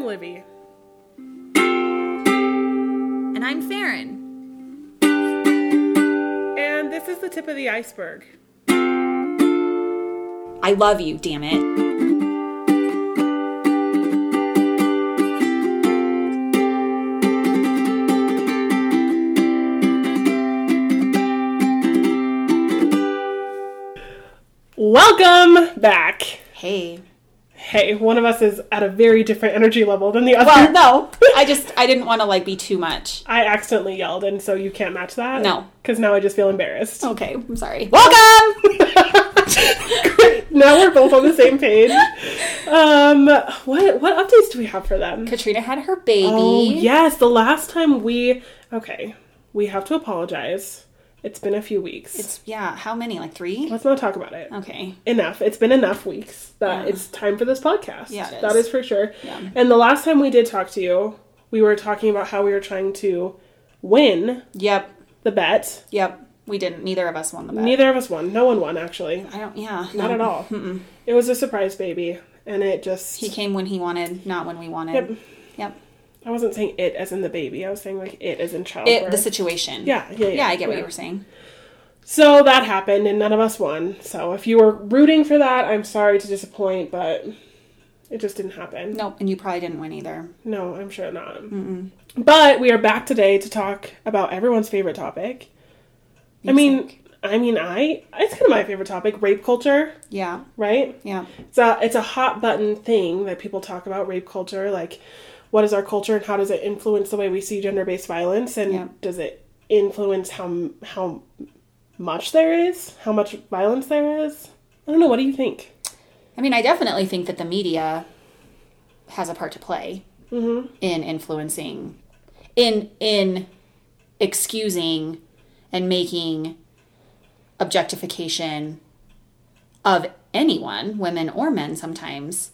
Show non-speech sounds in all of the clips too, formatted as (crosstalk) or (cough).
Livy. And I'm Farron. And this is the tip of the iceberg. I love you, damn it. Welcome back. Hey. Hey, one of us is at a very different energy level than the other. Well, (laughs) no. I just I didn't want to like be too much. I accidentally yelled, and so you can't match that. No. Because now I just feel embarrassed. Okay, I'm sorry. Welcome. Great. (laughs) Now we're both on the same page. Um, what what updates do we have for them? Katrina had her baby. Oh yes, the last time we okay, we have to apologize. It's been a few weeks. It's yeah, how many? Like 3? Let's not talk about it. Okay. Enough. It's been enough weeks that Yeah. it's time for this podcast. Yeah, it is. that is for sure. Yeah. And the last time we did talk to you, we were talking about how we were trying to win Yep. the bet. Yep. We didn't. Neither of us won the bet. Neither of us won. No one won actually. I don't yeah. Not at all. It was a surprise baby, and it just He came when he wanted, not when we wanted. Yep. Yep. I wasn't saying it as in the baby. I was saying like it as in childbirth. It the situation. Yeah, yeah, yeah. Yeah, I get what Yeah. you were saying. So that happened, and none of us won. So if you were rooting for that, I'm sorry to disappoint, but it just didn't happen. No, and you probably didn't win either. No, I'm sure not. But we are back today to talk about everyone's favorite topic. I mean, I mean, I it's kind of my favorite topic, rape culture, Yeah. right? Yeah. It's a it's a hot button thing that people talk about rape culture, like what is our culture and how does it influence the way we see gender based violence, and Yeah. does it influence how how much there is, how much violence there is? I don't know. What do you think? I mean, I definitely think that the media has a part to play in influencing, in in excusing and making objectification of anyone, women or men, sometimes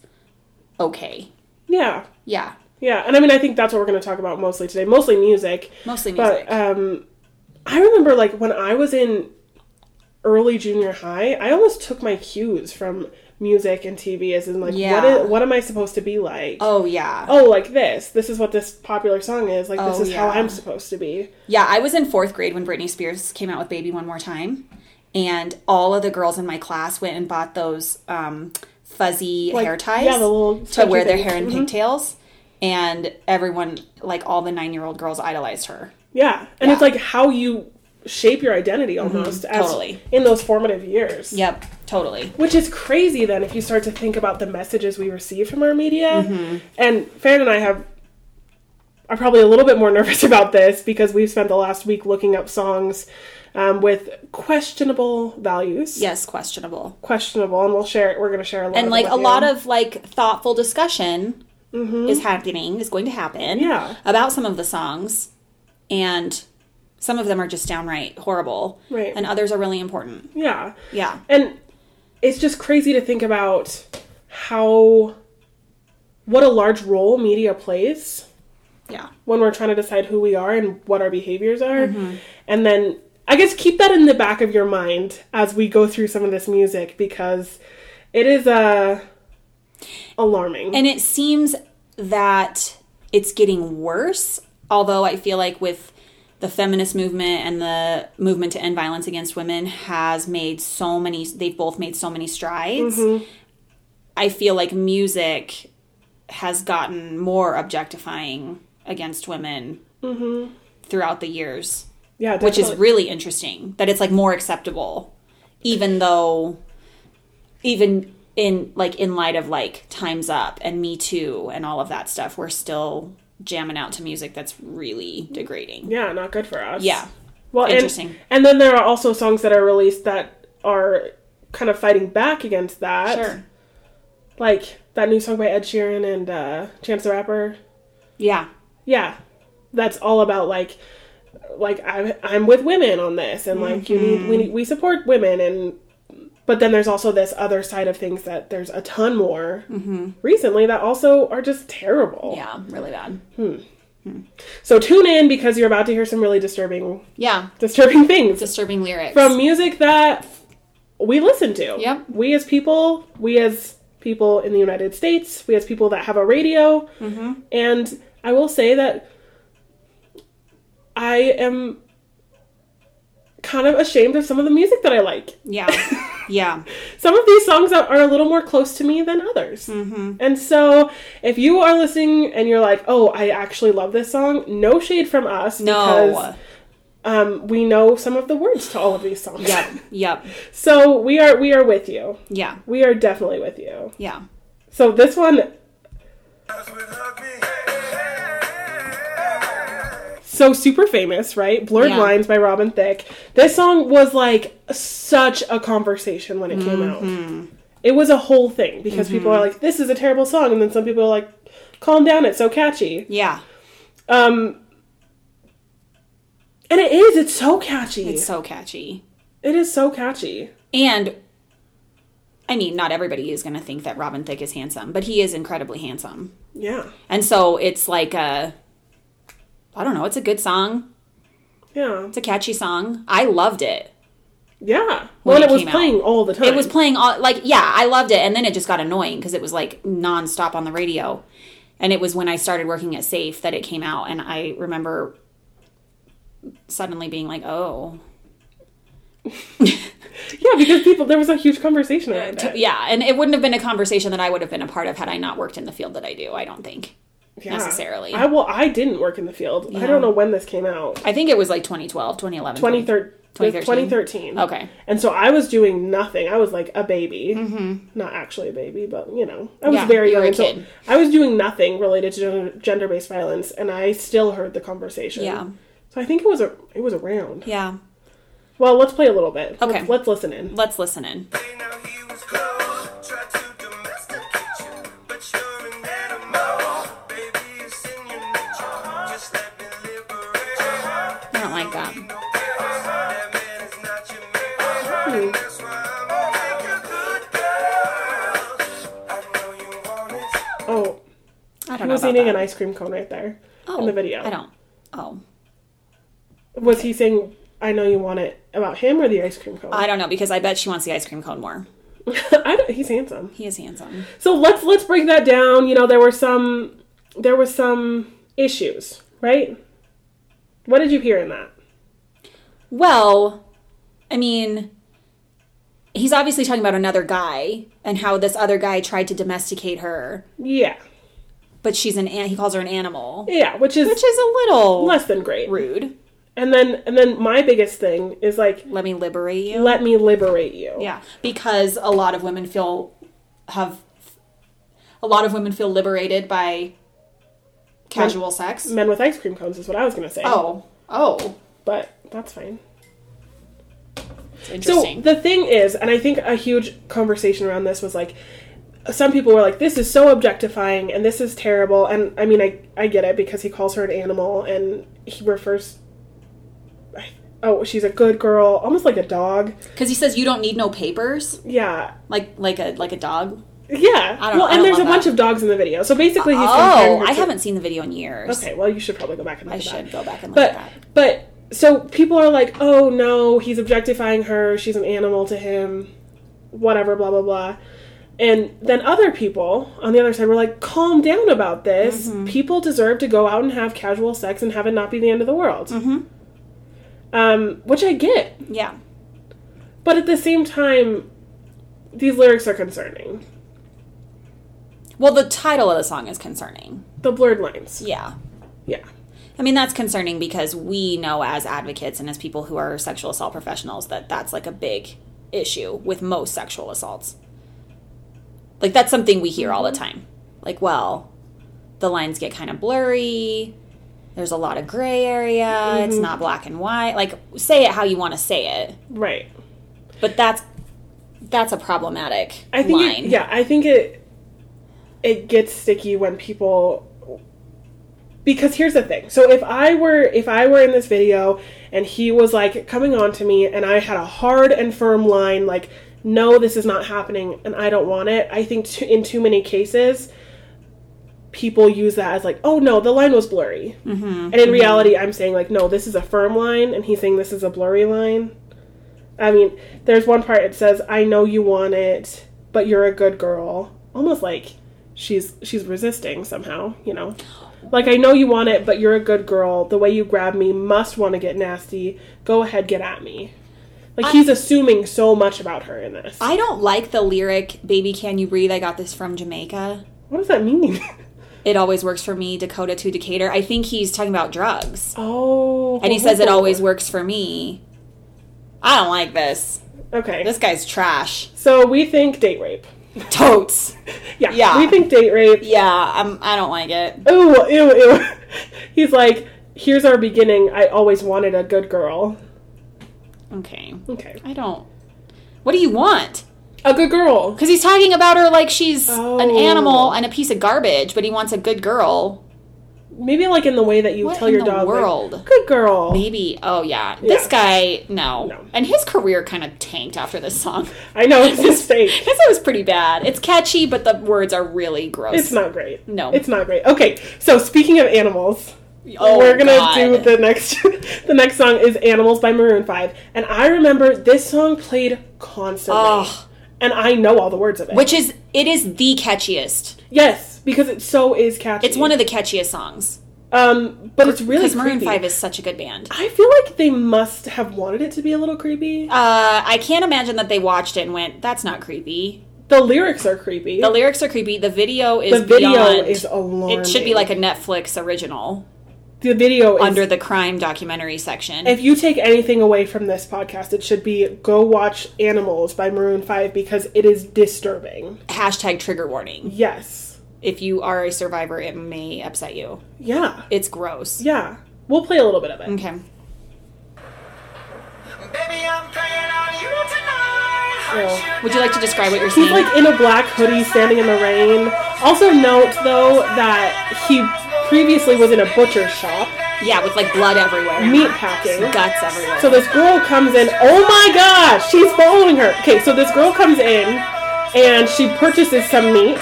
okay. Yeah, Yeah, yeah, and I mean, I think that's what we're going to talk about mostly today, mostly music. mostly music. But um, I remember like when I was in early junior high, I almost took my cues from music and TV as in like what Yeah. is, what am I supposed to be like? oh yeah. oh, like this. This is what this popular song is. Like, this Oh, is yeah. how I'm supposed to be. Yeah, I was in fourth grade when Britney Spears came out with Baby One More Time, and all of the girls in my class went and bought those um, fuzzy Like, hair ties yeah, the little to wear stretchy things. Mm-hmm. their hair in pigtails. And everyone, like all the nine year old girls, idolized her. Yeah. And it's like how you shape your identity almost as Mm-hmm. Totally. in those formative years. Yep, totally. Which is crazy then if you start to think about the messages we receive from our media. Mm-hmm. And Fan and I have are probably a little bit more (laughs) nervous about this because we've spent the last week looking up songs um, with questionable values. Yes, questionable. Questionable, and we'll share. We're going to share a lot. And of like them a with lot you. Mm-hmm. of like thoughtful discussion is happening, is going to happen. Yeah. About some of the songs. And some of them are just downright horrible. Right. And others are really important. yeah, Yeah. And it's just crazy to think about how what a large role media plays Yeah. when we're trying to decide who we are and what our behaviors are. Mm-hmm. And then I guess keep that in the back of your mind as we go through some of this music because it is uh, alarming. And it seems that it's getting worse, although I feel like with the feminist movement and the movement to end violence against women has made so many they've both made so many strides. I feel like music has gotten more objectifying against women throughout the years, yeah, which is definitely. really interesting that it's like more acceptable even though even in like in light of like time's up and me too and all of that stuff we're still jamming out to music that's really degrading yeah, not good for us. yeah Well, and- Interesting. And, then there are also songs that are released that are kind of fighting back against that. sure Like that new song by Ed Sheeran and uh, Chance the Rapper. yeah yeah that's all about like like i'm, I'm with women on this and like you need we, need- we support women and but then there's also this other side of things that there's a ton more recently that also are just terrible yeah really bad so tune in because you're about to hear some really disturbing yeah disturbing (laughs) things disturbing lyrics from music that we listen to Yep. we as people we as people in the United States. We have people that have a radio. Mm-hmm. And I will say that I am kind of ashamed of some of the music that I like. Yeah. Yeah. Some of these songs are are a little more close to me than others. Mm-hmm. And so if you are listening and you're like, oh, I actually love this song, no shade from us. (laughs) No. um, we know some of the words to all of these songs. Yep. Yep. So we are we are with you. Yeah. We are definitely with you. Yeah. So this one so super famous, right? Blurred Yeah. Lines by Robin Thicke. This song was like such a conversation when it came Mm-hmm. out. It was a whole thing because people are like, "This is a terrible song," and then some people are like, "Calm down, it's so catchy." Yeah. Um, and it is. It's so catchy. It's so catchy. it is so catchy. And I mean, not everybody is going to think that Robin Thicke is handsome, but he is incredibly handsome. Yeah, And so it's like a I don't know, it's a good song. yeah, It's a catchy song. I loved it. yeah. Well, and it it was came out. playing all the time. It was playing all like yeah, I loved it and then it just got annoying because it was like nonstop on the radio. And it was when I started working at Safe that it came out and I remember suddenly being like, "Oh, yeah because people there was a huge conversation around it. yeah." And it wouldn't have been a conversation that I would have been a part of had I not worked in the field that I do, I don't think. Yeah. necessarily. I well, I didn't work in the field. I don't know when this came out. I think it was like 2012, 2011. 2013. 2013? 2013. Okay. And so I was doing nothing. I was like a baby. Mm-hmm. Not actually a baby, but you know, I was Yeah, very you were young. and a so kid. I was doing nothing related to gen- gender-based violence, and I still heard the conversation. Yeah. So I think it was a it was around. Yeah. Well, let's play a little bit. Okay. Let's, let's listen in. Let's listen in. I don't like that. Hmm. Oh, I don't he know. was about eating that. an ice cream cone right there oh, in the video. I don't. Oh, Was he saying, "I know you want it" about him or the ice cream cone? I don't know because I bet she wants the ice cream cone more. (laughs) I don't, he's handsome. He is handsome. So let's let's break that down. You know, there were some there were some issues, right? What did you hear in that? Well, I mean, he's obviously talking about another guy and how this other guy tried to domesticate her, Yeah, but she's an an- he calls her an animal, yeah, which is which is a little less than great. rude. And then and then my biggest thing is like, Let me liberate you. let me liberate you. Yeah, because a lot of women feel have a lot of women feel liberated by casual sex. Men with ice cream cones is what I was gonna say. Oh, oh, but that's fine. It's So interesting. the thing is, and I think a huge conversation around this was like, some people were like, "This is so objectifying, and this is terrible." And I mean, I I get it because he calls her an animal, and he refers. Oh, she's a good girl, almost like a dog. Because he says you don't need no papers, Yeah, like like a like a dog. yeah. I don't- well, and I don't there's a love bunch that. of dogs in the video, so basically he's. comparing oh, her to- I haven't seen the video in years. Okay, well, you should probably go back and look I at that. should go back and look but at that. but so people are like oh no he's objectifying her she's an animal to him whatever blah blah blah and then other people on the other side were like calm down about this people deserve to go out and have casual sex and have it not be the end of the world um, which i get Yeah, but at the same time these lyrics are concerning well, the title of the song is concerning. the blurred lines Yeah. yeah I mean that's concerning because we know as advocates and as people who are sexual assault professionals that that's like a big issue with most sexual assaults. Like that's something we hear all Mm-hmm. the time. Like, well, the lines get kind of blurry. There's a lot of gray area. It's Mm-hmm. not black and white. Like say it how you want to say it. right But that's that's a problematic I think line. It, yeah, I think it it gets sticky when people because here's the thing. So if I were if I were in this video and he was like coming on to me and I had a hard and firm line like no this is not happening and I don't want it. I think too, in too many cases people use that as like oh no the line was blurry. And in reality I'm saying like no this is a firm line and he's saying this is a blurry line. I mean, there's one part it says, I know you want it, but you're a good girl. almost like she's she's resisting somehow, you know. Like I know you want it, but you're a good girl. The way you grab me must want to get nasty. Go ahead, get at me. Like I- he's assuming so much about her in this. I don't like the lyric "Baby, can you breathe?" I got this from Jamaica. what does that mean? It always works for me, Dakota to Decatur. I think he's talking about drugs, oh. and he says it always works for me. I don't like this. Okay. This guy's trash. (laughs) so we think date rape. Totes. Yeah. Yeah. We think date rape. Yeah, I'm, I don't like it. Ooh, ew, ew. (laughs) He's like, here's our beginning. I always wanted a good girl. Okay, Okay. I don't. What do you want? A good girl. Because he's talking about her like she's an Oh. animal and a piece of garbage, but he wants a good girl. Maybe like in the way that you What tell in your the dog, like, world? good girl. Maybe. Oh yeah, this guy. No. No. And his career kind of tanked after this song. I know it's a (laughs) mistake. His was pretty bad. It's catchy, but the words are really gross. It's not great. No. it's not great. Okay, so speaking of animals, Oh, we're gonna God. do the next. (laughs) the next song is "Animals" by Maroon Five, and I remember this song played constantly, Ugh. and I know all the words of it. Which is it is the catchiest. yes, because it so is catchy. It's one of the catchiest songs um, but it's really because Maroon creepy. Five is such a good band. I feel like they must have wanted it to be a little creepy. Uh, I can't imagine that they watched it and went, "That's not creepy." The lyrics are creepy. The lyrics are creepy. The video is The video beyond- is alarming. It should be like a Netflix original the video is under the crime documentary section. If you take anything away from this podcast, it should be go watch Animals by Maroon 5 because it is disturbing. Hashtag trigger warning. Yes. If you are a survivor, it may upset you. Yeah. It's gross. Yeah. We'll play a little bit of it. Okay. Baby, I'm praying on you tonight. Aren't Yeah. Would you like to describe what you're He's seeing? like in a black hoodie standing in the rain. Also, note though that he previously was in a butcher's shop, yeah, with like blood everywhere, meat packing. guts everywhere. So this girl comes in. Oh my gosh, she's following her. Okay, so this girl comes in and she purchases some meat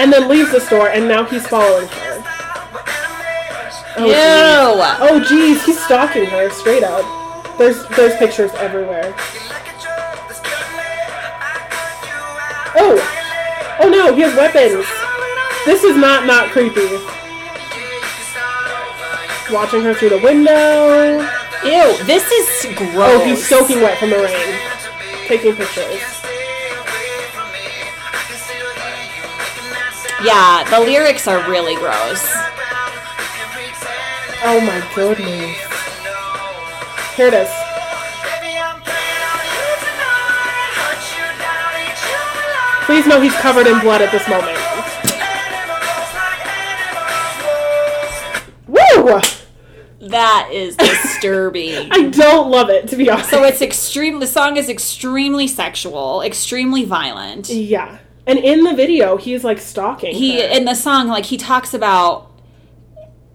and then leaves the store, and now he's following her. Ew. Oh geez, he's stalking her straight up. There's there's pictures everywhere. Oh, oh no, he has weapons. This is not not creepy. Watching her through the window. Ew. This is gross. Oh, he's soaking wet from the rain. Taking pictures. Yeah, the lyrics are really gross. Oh my goodness. Here it is. Please know he's covered in blood at this moment. Woo! That (laughs) is disturbing. I don't love it to be honest. so it's extreme. The song is extremely sexual, extremely violent. yeah. And in the video, he's like stalking. he her. in the song like he talks about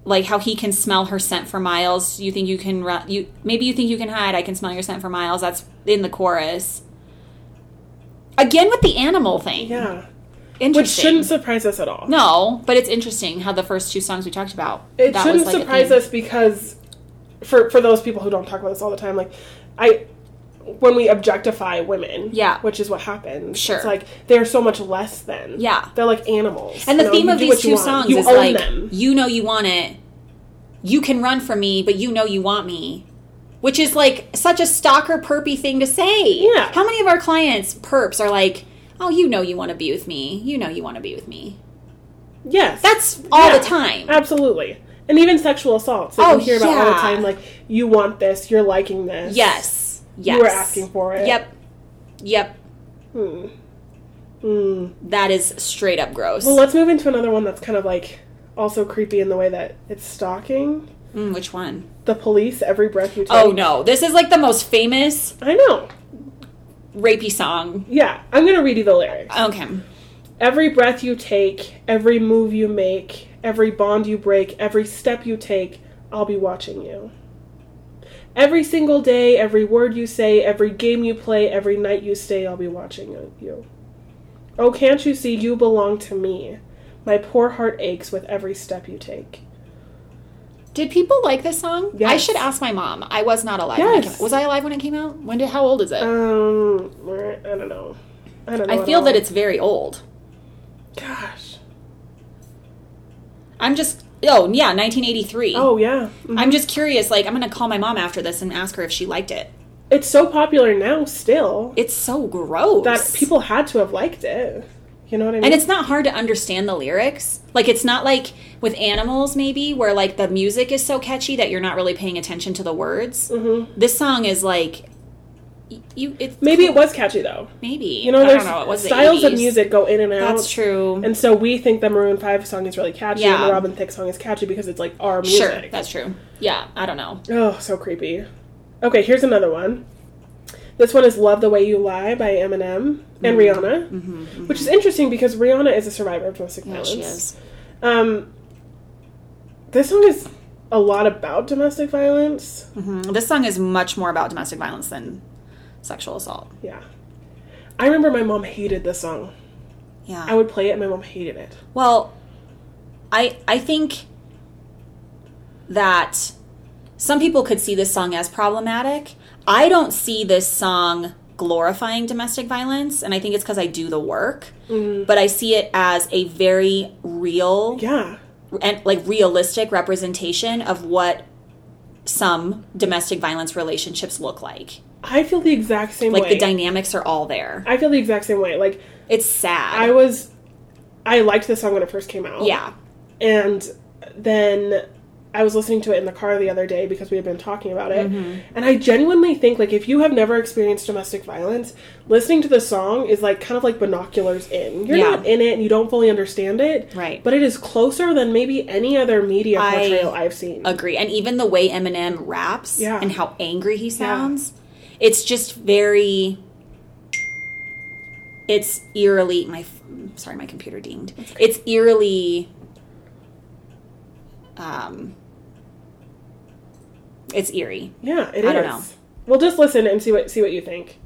like how he can smell her scent for miles you think you can run you maybe you think you can hide i can smell your scent for miles that's in the chorus again with the animal thing yeah. interesting Which shouldn't surprise us at all. no but it's interesting how the first two songs we talked about it that shouldn't was, like, a surprise theme. us because for for those people who don't talk about this all the time like i when we objectify women Yeah. which is what happens Sure. it's like they're so much less than Yeah. they're like animals and the You know, theme you of do these what you two want. songs you is own like them you know you want it you can run from me but you know you want me which is like such a stalker perpy thing to say Yeah. how many of our clients perps are like oh you know you want to be with me you know you want to be with me yes that's all Yeah. the time absolutely and even sexual assaults that Oh, you hear about all the yeah. time like you want this you're liking this yes yes you were asking for it yep yep Hmm. Hmm. that is straight up gross well let's move into another one that's kind of like also creepy in the way that it's stalking Mm, which one? the police every breath you take Oh no this is like the most famous i know rapey song Yeah, I'm gonna read you the lyrics. okay Every breath you take, every move you make, every bond you break, every step you take, I'll be watching you. Every single day, every word you say, every game you play, every night you stay, I'll be watching you. Oh, can't you see you belong to me? My poor heart aches with every step you take. Did people like this song? Yes. I should ask my mom. I was not alive. When Yes. it Oh, came out. Was I alive when it came out? When did? How old is it? Um, I don't know. I don't know. I at feel all. that it's very old. gosh. I'm just oh yeah, 1983. Oh yeah. Mhm. I'm just curious. Like I'm gonna call my mom after this and ask her if she liked it. It's so popular now still It's so gross that people had to have liked it. You know what I mean? And it's not hard to understand the lyrics. Like it's not like with animals maybe where like the music is so catchy that you're not really paying attention to the words. Mm-hmm. This song is like y- you it's maybe it was catchy though. maybe You know, I there's don't know. It was the styles of 80s. music go in and out. That's true. And so we think the Maroon Five song is really catchy, and Yeah. the Robin Thicke song is catchy because it's like our music. sure, that's true. Yeah, I don't know. Oh, so creepy. Okay, here's another one. This one is Love the Way You Lie by Eminem Mm-hmm. and Rihanna, which is interesting because Rihanna is a survivor of domestic Yeah, violence. she is. Um, this song is a lot about domestic violence. Mhm. This song is much more about domestic violence than sexual assault. Yeah. I remember my mom hated this song. Yeah. I would play it and my mom hated it. Well, I I think that some people could see this song as problematic. I don't see this song glorifying domestic violence, and I think it's because I do the work. Mm-hmm. But I see it as a very real Yeah. and like realistic representation of what some domestic violence relationships look like. I feel the exact same Like way. the dynamics are all there. I feel the exact same way. Like, It's sad. I was. I liked this song when it first came out. yeah. and then I was listening to it in the car the other day because we had been talking about it. Mm-hmm. And I genuinely think like if you have never experienced domestic violence, listening to the song is like kind of like binoculars in. You're Yeah. not in it and you don't fully understand it. Right. But it is closer than maybe any other media I portrayal I've seen. agree. And even the way Eminem raps Yeah. and how angry he sounds, it's just very. It's eerily my f- sorry, my computer dinged. It's eerily. Um. It's eerie. yeah, it is. I don't know. Well, just listen and see what see what you think.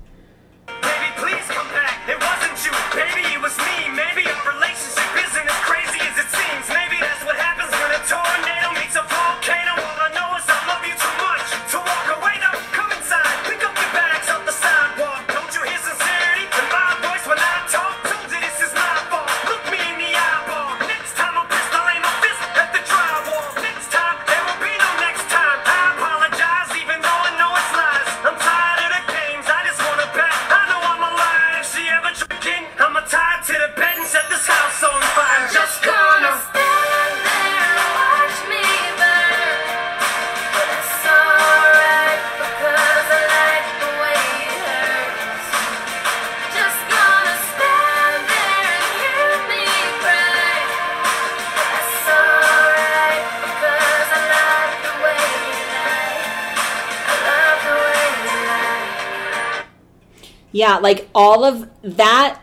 Baby, please come back. It wasn't you, baby, it was me. Maybe a relationship isn't as crazy as it seems. Maybe that's what happens when a tornado meets a volcano. All I know is I love you too much to walk away. Now come inside, pick up your bags off the sidewalk. Don't you hear sincerity in my voice when I talk? Told you this is my fault. Look me in the eyeball. Next time I'm pissed, I'll aim my fist at the drywall. Next time there will be no next time. I apologize, even though I know it's lies. I'm tired of the games. I just wanna bet. I know I'm a liar. If she ever tricking, I'ma tie to the bed and set this house on fire. Just gonna. Yeah, like all of that.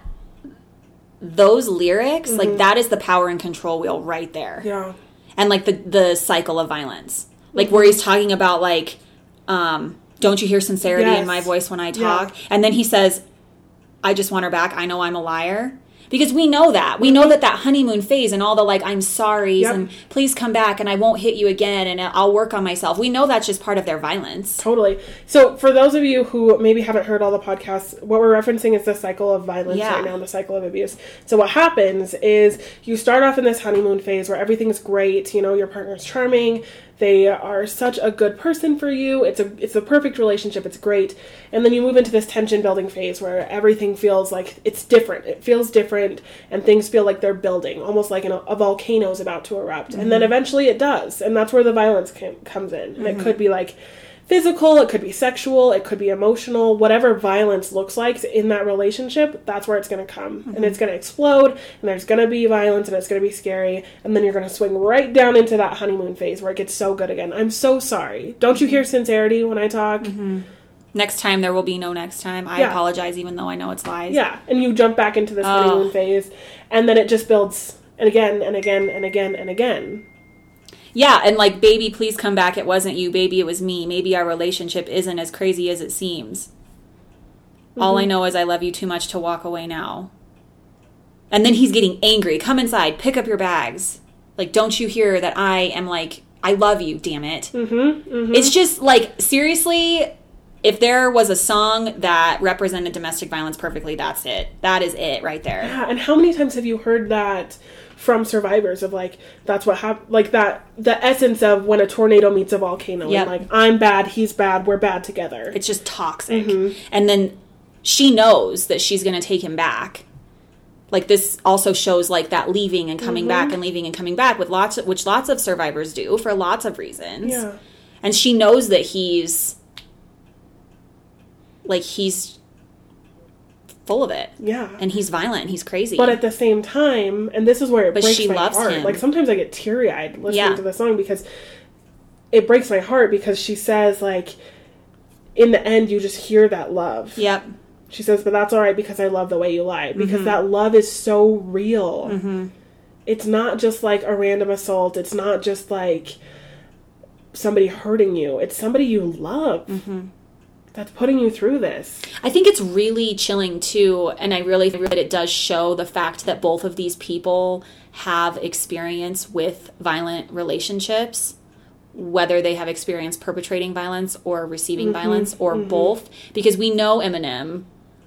Those lyrics, like that, is the power and control wheel right there. Mm-hmm. Yeah. and like the the cycle of violence like where he's talking about like um don't you hear sincerity Yes. in my voice when i talk and then he says i just want her back i know i'm a liar because we know that we know that that honeymoon phase and all the like i'm sorry Mm-hmm. Yep. and please come back and i won't hit you again and uh, i'll work on myself we know that's just part of their violence Totally. So, for those of you who maybe haven't heard all the podcasts, what we're referencing is the cycle of violence Yeah. right now, the cycle of abuse. So, what happens is you start off in this honeymoon phase where everything's great. You know, your partner's charming. They are such a good person for you. It's a it's the perfect relationship. It's great. And then you move into this tension building phase where everything feels like it's different. It feels different, and things feel like they're building, almost like an, a volcano is about to erupt. And then eventually it does, and that's where the violence com- comes in. And it could be like physical, it could be sexual, it could be emotional, whatever violence looks like in that relationship, that's where it's going to come. And it's going to explode, and there's going to be violence, and it's going to be scary. And then you're going to swing right down into that honeymoon phase where it gets so good again. I'm so sorry. Don't you hear sincerity when I talk? next time there will be no next time i Yeah. apologize even though i know it's lies Yeah. And you jump back into this honeymoon phase, and then it just builds and again and again and again and again. Yeah, and like, baby, please come back. It wasn't you, baby, it was me. Maybe our relationship isn't as crazy as it seems. All I know is I love you too much to walk away now. And then he's getting angry. Come inside, pick up your bags. Like, don't you hear that I am like, I love you, damn it. Mm-hmm, It's just like, seriously, if there was a song that represented domestic violence perfectly, that's it. That is it right there. Yeah, and how many times have you heard that from survivors of like that's what happened like that the essence of when a tornado meets a volcano Yep. and like I'm bad, he's bad, we're bad together. It's just toxic. Mm-hmm. And then she knows that she's going to take him back. Like this also shows like that leaving and coming back Mm-hmm. and leaving and coming back with lots of, which lots of survivors do for lots of reasons. yeah. and she knows that he's like he's full of it Yeah. and he's violent and he's crazy But at the same time, and this is where it But breaks she my loves heart. him. Like sometimes I get teary eyed listening Yeah. to the song because it breaks my heart because she says like in the end you just hear that love. yep She says, but that's all right because I love the way you lie. Because Mm-hmm. that love is so real. It's not just like a random assault. It's not just like somebody hurting you. It's somebody you love Mm-hmm. that's putting you through this. i think it's really chilling too and i really think that it does show the fact that both of these people have experience with violent relationships whether they have experience perpetrating violence or receiving violence or both because we know eminem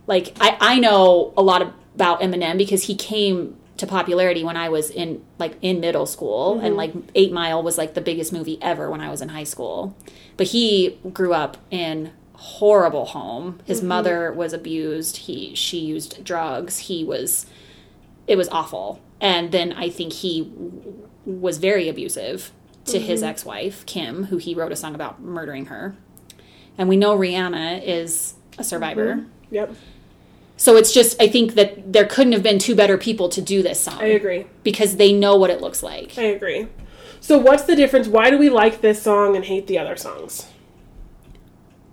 like I, I know a lot about Eminem because he came to popularity when I was in like in middle school and like 8 Mile was like the biggest movie ever when I was in high school. But he grew up in horrible home. His mother was abused, he she used drugs, he was it was awful. And then I think he w- was very abusive to his ex-wife Kim, who he wrote a song about murdering her. And we know Rihanna is a survivor. Yep. So it's just I think that there couldn't have been two better people to do this song. I agree. Because they know what it looks like. I agree. So what's the difference? Why do we like this song and hate the other songs?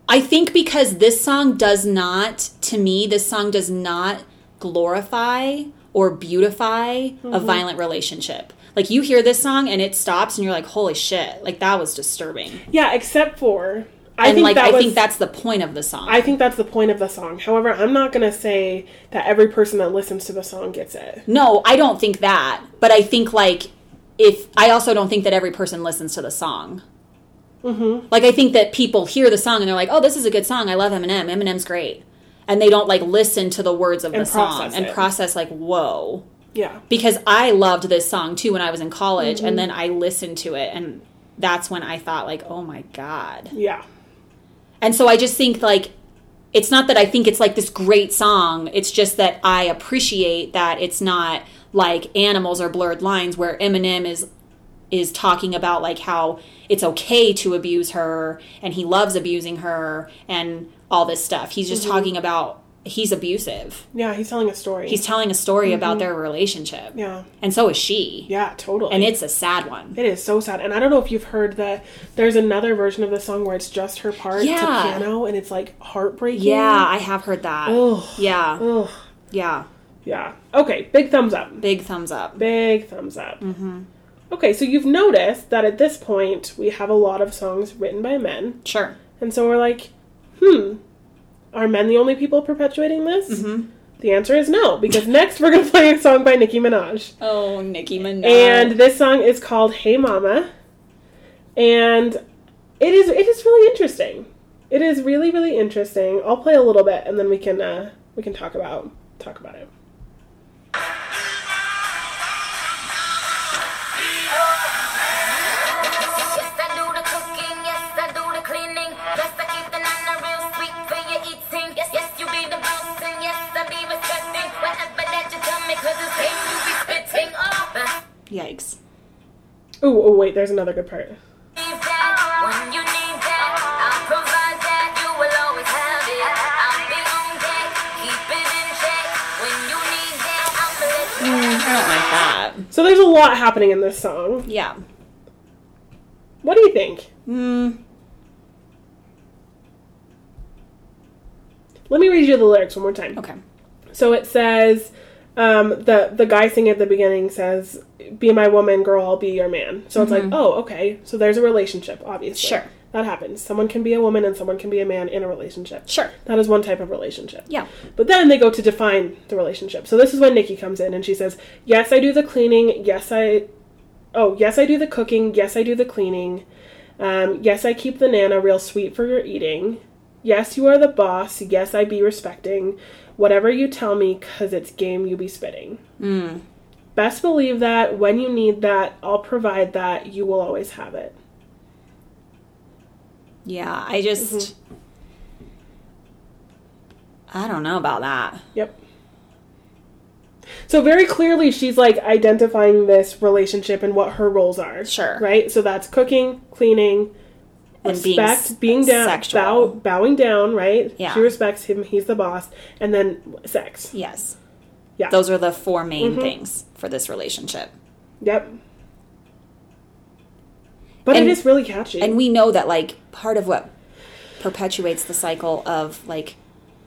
I think because this song does not to me this song does not glorify or beautify a Mm-hmm. violent relationship. Like you hear this song and it stops and you're like holy shit, like that was disturbing. Yeah, except for I and think like that I was, think that's the point of the song. I think that's the point of the song. However, I'm not going to say that every person that listens to the song gets it. No, I don't think that. But I think like if I also don't think that every person listens to the song. Mm-hmm. Like I think that people hear the song and they're like, "Oh, this is a good song. I love Eminem. Eminem's great," and they don't like listen to the words of the And song process and it. process like, "Whoa." Yeah. Because I loved this song too when I was in college, Mm-hmm. and then I listened to it, and that's when I thought like, "Oh my god." Yeah. And so I just think like it's not that I think it's like this great song. It's just that I appreciate that it's not like Animals or Blurred Lines where Eminem is is talking about like how it's okay to abuse her and he loves abusing her and all this stuff. He's Mm-hmm. just talking about he's abusive. Yeah, he's telling a story. He's telling a story about their relationship. Mm-hmm. yeah. And so is she. Yeah, totally. And it's a sad one. It is so sad. And I don't know if you've heard that there's another version of the song where it's just her part Yeah. to piano and it's like heartbreaking. Yeah, I have heard that. Ugh. Yeah. Ugh. Yeah. Yeah. Okay, big thumbs up. Big thumbs up. Big thumbs up. Mm-hmm. Okay, so you've noticed that at this point we have a lot of songs written by men. Sure. And so we're like, hmm, are men the only people perpetuating this? Mm-hmm. The answer is no, because next we're going to (laughs) play a song by Nicki Minaj. Oh, Nicki Minaj. and this song is called "Hey Mama," and it is it is really interesting. It is really really interesting. I'll play a little bit, and then we can uh, we can talk about talk about it. Yes, I do the cooking. Yes, I do the cleaning. Yes, I keep the nana real sweet for your eating. Yes, yes, you be the boss, and yes, I be respecting whatever that you tell me, 'cause it's game you be spitting. Oh, believe Yikes. Ooh, oh wait, there's another good part. that when you need that, I'll provide that. You will always have it. I'll be on deck, keep it in check. When you need that, I'ma let you. I don't like that. So there's a lot happening in this song. Yeah. What do you think? Let me read you the lyrics one more time. Okay. So it says, um, the the guy singing at the beginning says, "Be my woman, girl. I'll be your man." So it's like, oh, okay. So there's a relationship, obviously. Mm-hmm. Sure. That happens. Someone can be a woman and someone can be a man in a relationship. Sure. That is one type of relationship. Yeah. But then they go to define the relationship. So this is when Nikki comes in and she says, "Yes, I do the cleaning. Yes, I, oh, yes, I do the cooking. Yes, I do the cleaning. Um, yes, I keep the nana real sweet for your eating. Yes, you are the boss. Yes, I be respecting. Whatever you tell me, because it's game you be spitting. Best believe that when you need that, I'll provide that. You will always have it. Yeah, I just. Mm-hmm. I don't know about that. Yep. So very clearly she's like identifying this relationship and what her roles are. Sure. Right? So that's cooking, cleaning, And being respect, s- being, down sexual. bow, bowing down, right? Yeah. She respects him, he's the boss, and then sex. Yes. Yeah. Those are the four main things for this relationship. Yep. But And- it is really catchy. And we know that, like, part of what perpetuates the cycle of, like,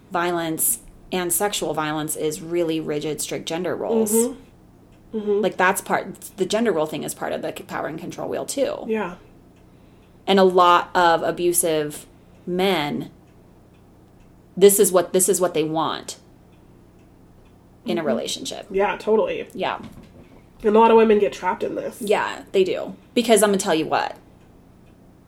violence and sexual violence is really rigid, strict gender roles. Like, that's part, the gender role thing is part of the c- power and control wheel, too. yeah. and a lot of abusive men this is what this is what they want in a relationship Yeah, totally. yeah And a lot of women get trapped in this. yeah they do because i'm gonna tell you what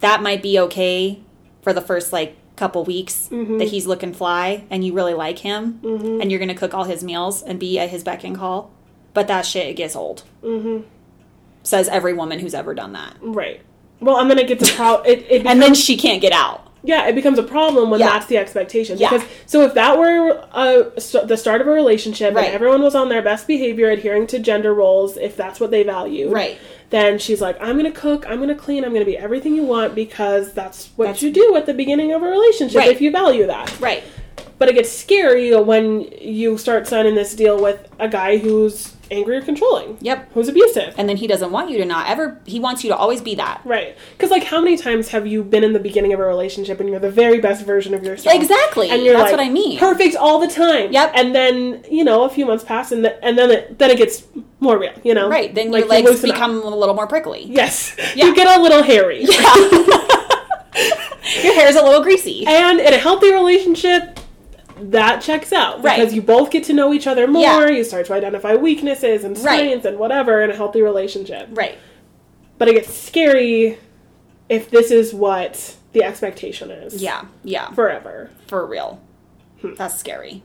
that might be okay for the first like couple weeks Mm-hmm. that he's looking fly and you really like him and you're gonna cook all his meals and be at his beck and call but that shit gets old mm-hmm. says every woman who's ever done that Right. Well, and then it gets a pro it, it and then she can't get out Yeah, it becomes a problem when Yeah. that's the expectation. Yeah. Because so if that were uh, st- the start of a relationship Right. and everyone was on their best behavior, adhering to gender roles, if that's what they value, Right. Then she's like, "I'm gonna cook, I'm gonna clean, I'm gonna be everything you want because that's what That's- you do at the beginning of a relationship Right. if you value that." right But it gets scary when you start signing this deal with a guy who's angry or controlling. Yep. Who's abusive. and then he doesn't want you to not ever he wants you to always be that Right. Because, like, how many times have you been in the beginning of a relationship and you're the very best version of yourself? Exactly. That's what I mean. Perfect all the time. Yep. And then, you know, a few months pass and, th- and then, it, then it gets more real, you know? right then Like, your you legs loosen up. become a little more prickly (laughs) Yes. Yeah. You get a little (laughs) hairy. your hair's a little greasy And in a healthy relationship, that checks out. Right. Because you both get to know each other more. Yeah. You start to identify weaknesses and Right. strengths and whatever in a healthy relationship. right But it gets scary if this is what the expectation is. yeah yeah for, Forever. real that's (laughs) scary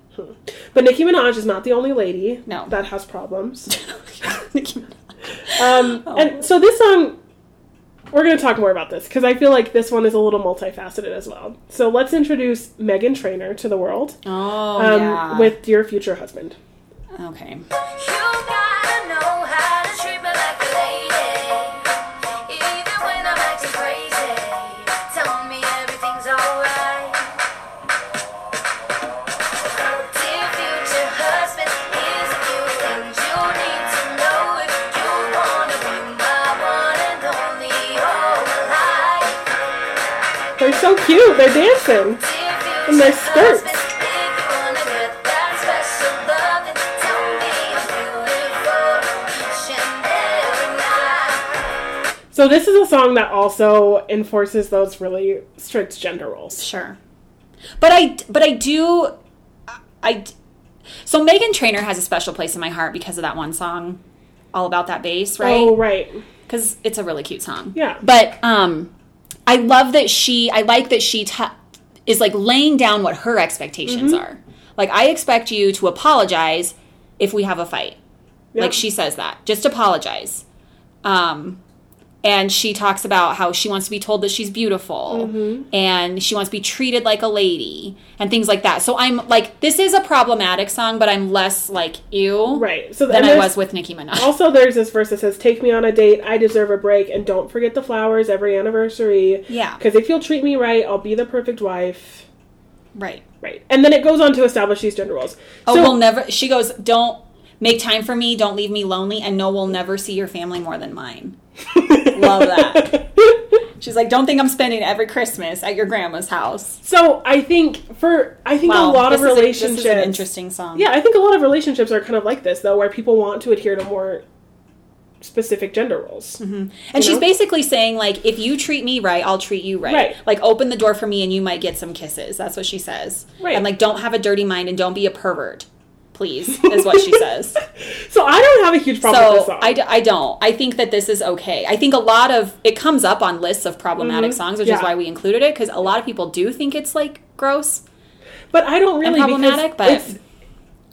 But Nicki Minaj is not the only lady No. that has problems. Um, Oh. And so this song, we're going to talk more about this because I feel like this one is a little multifaceted as well. So let's introduce Megan Trainor to the world oh um, yeah with Dear Future Husband. okay You gotta know how to treat me like a lady, even when I'm acting crazy. Tell me everything's alright. Dear future husband, here's a few things you need to know if you wanna be my one and only all life. They're so cute. They're dancing. Dear And their future skirts. husband, if you wanna get that special love, then tell me I'm beautiful each and every night. So this is a song that also enforces those really strict gender roles. sure but i but i do i so megan trainor has a special place in my heart because of that one song all about that bass right Oh, right. because it's a really cute song. Yeah. But um, I love that she. I like that she t- is like laying down what her expectations Mm-hmm. are. Like I expect you to apologize if we have a fight. Yeah. Like she says that. Just apologize. Um, and she talks about how she wants to be told that she's beautiful Mm-hmm. and she wants to be treated like a lady and things like that. So I'm like, this is a problematic song, but I'm less like ew Right. So th- than and I there's- was with Nicki Minaj. Also, there's this verse that says, "Take me on a date. I deserve a break, and don't forget the flowers every anniversary. Yeah. because if you'll treat me right, I'll be the perfect wife. right. Right." And then it goes on to establish these gender roles. Oh, so, we'll never. She goes, don't make time for me. Don't leave me lonely. And no, we'll never see your family more (laughs) than mine. Love that. She's like, don't think I'm spending every Christmas at your grandma's house. so I think for I think Wow, a lot of this is a- this relationships. is an interesting song. yeah, I think a lot of relationships are kind of like this though, where people want to adhere to more specific gender roles. and she's know? basically saying like, if you treat me right, I'll treat you right. Right. Like, open the door for me, and you might get some kisses. That's what she says. Right. And like, don't have a dirty mind, and don't be a pervert. (laughs) please, is what she says. So I don't have a huge problem with this so song. I, d- I don't. I think that this is okay. I think a lot of it comes up on lists of problematic songs, which Mm-hmm. Yeah. is why we included it because a lot of people do think it's like gross. but I don't really because problematic, but- it's-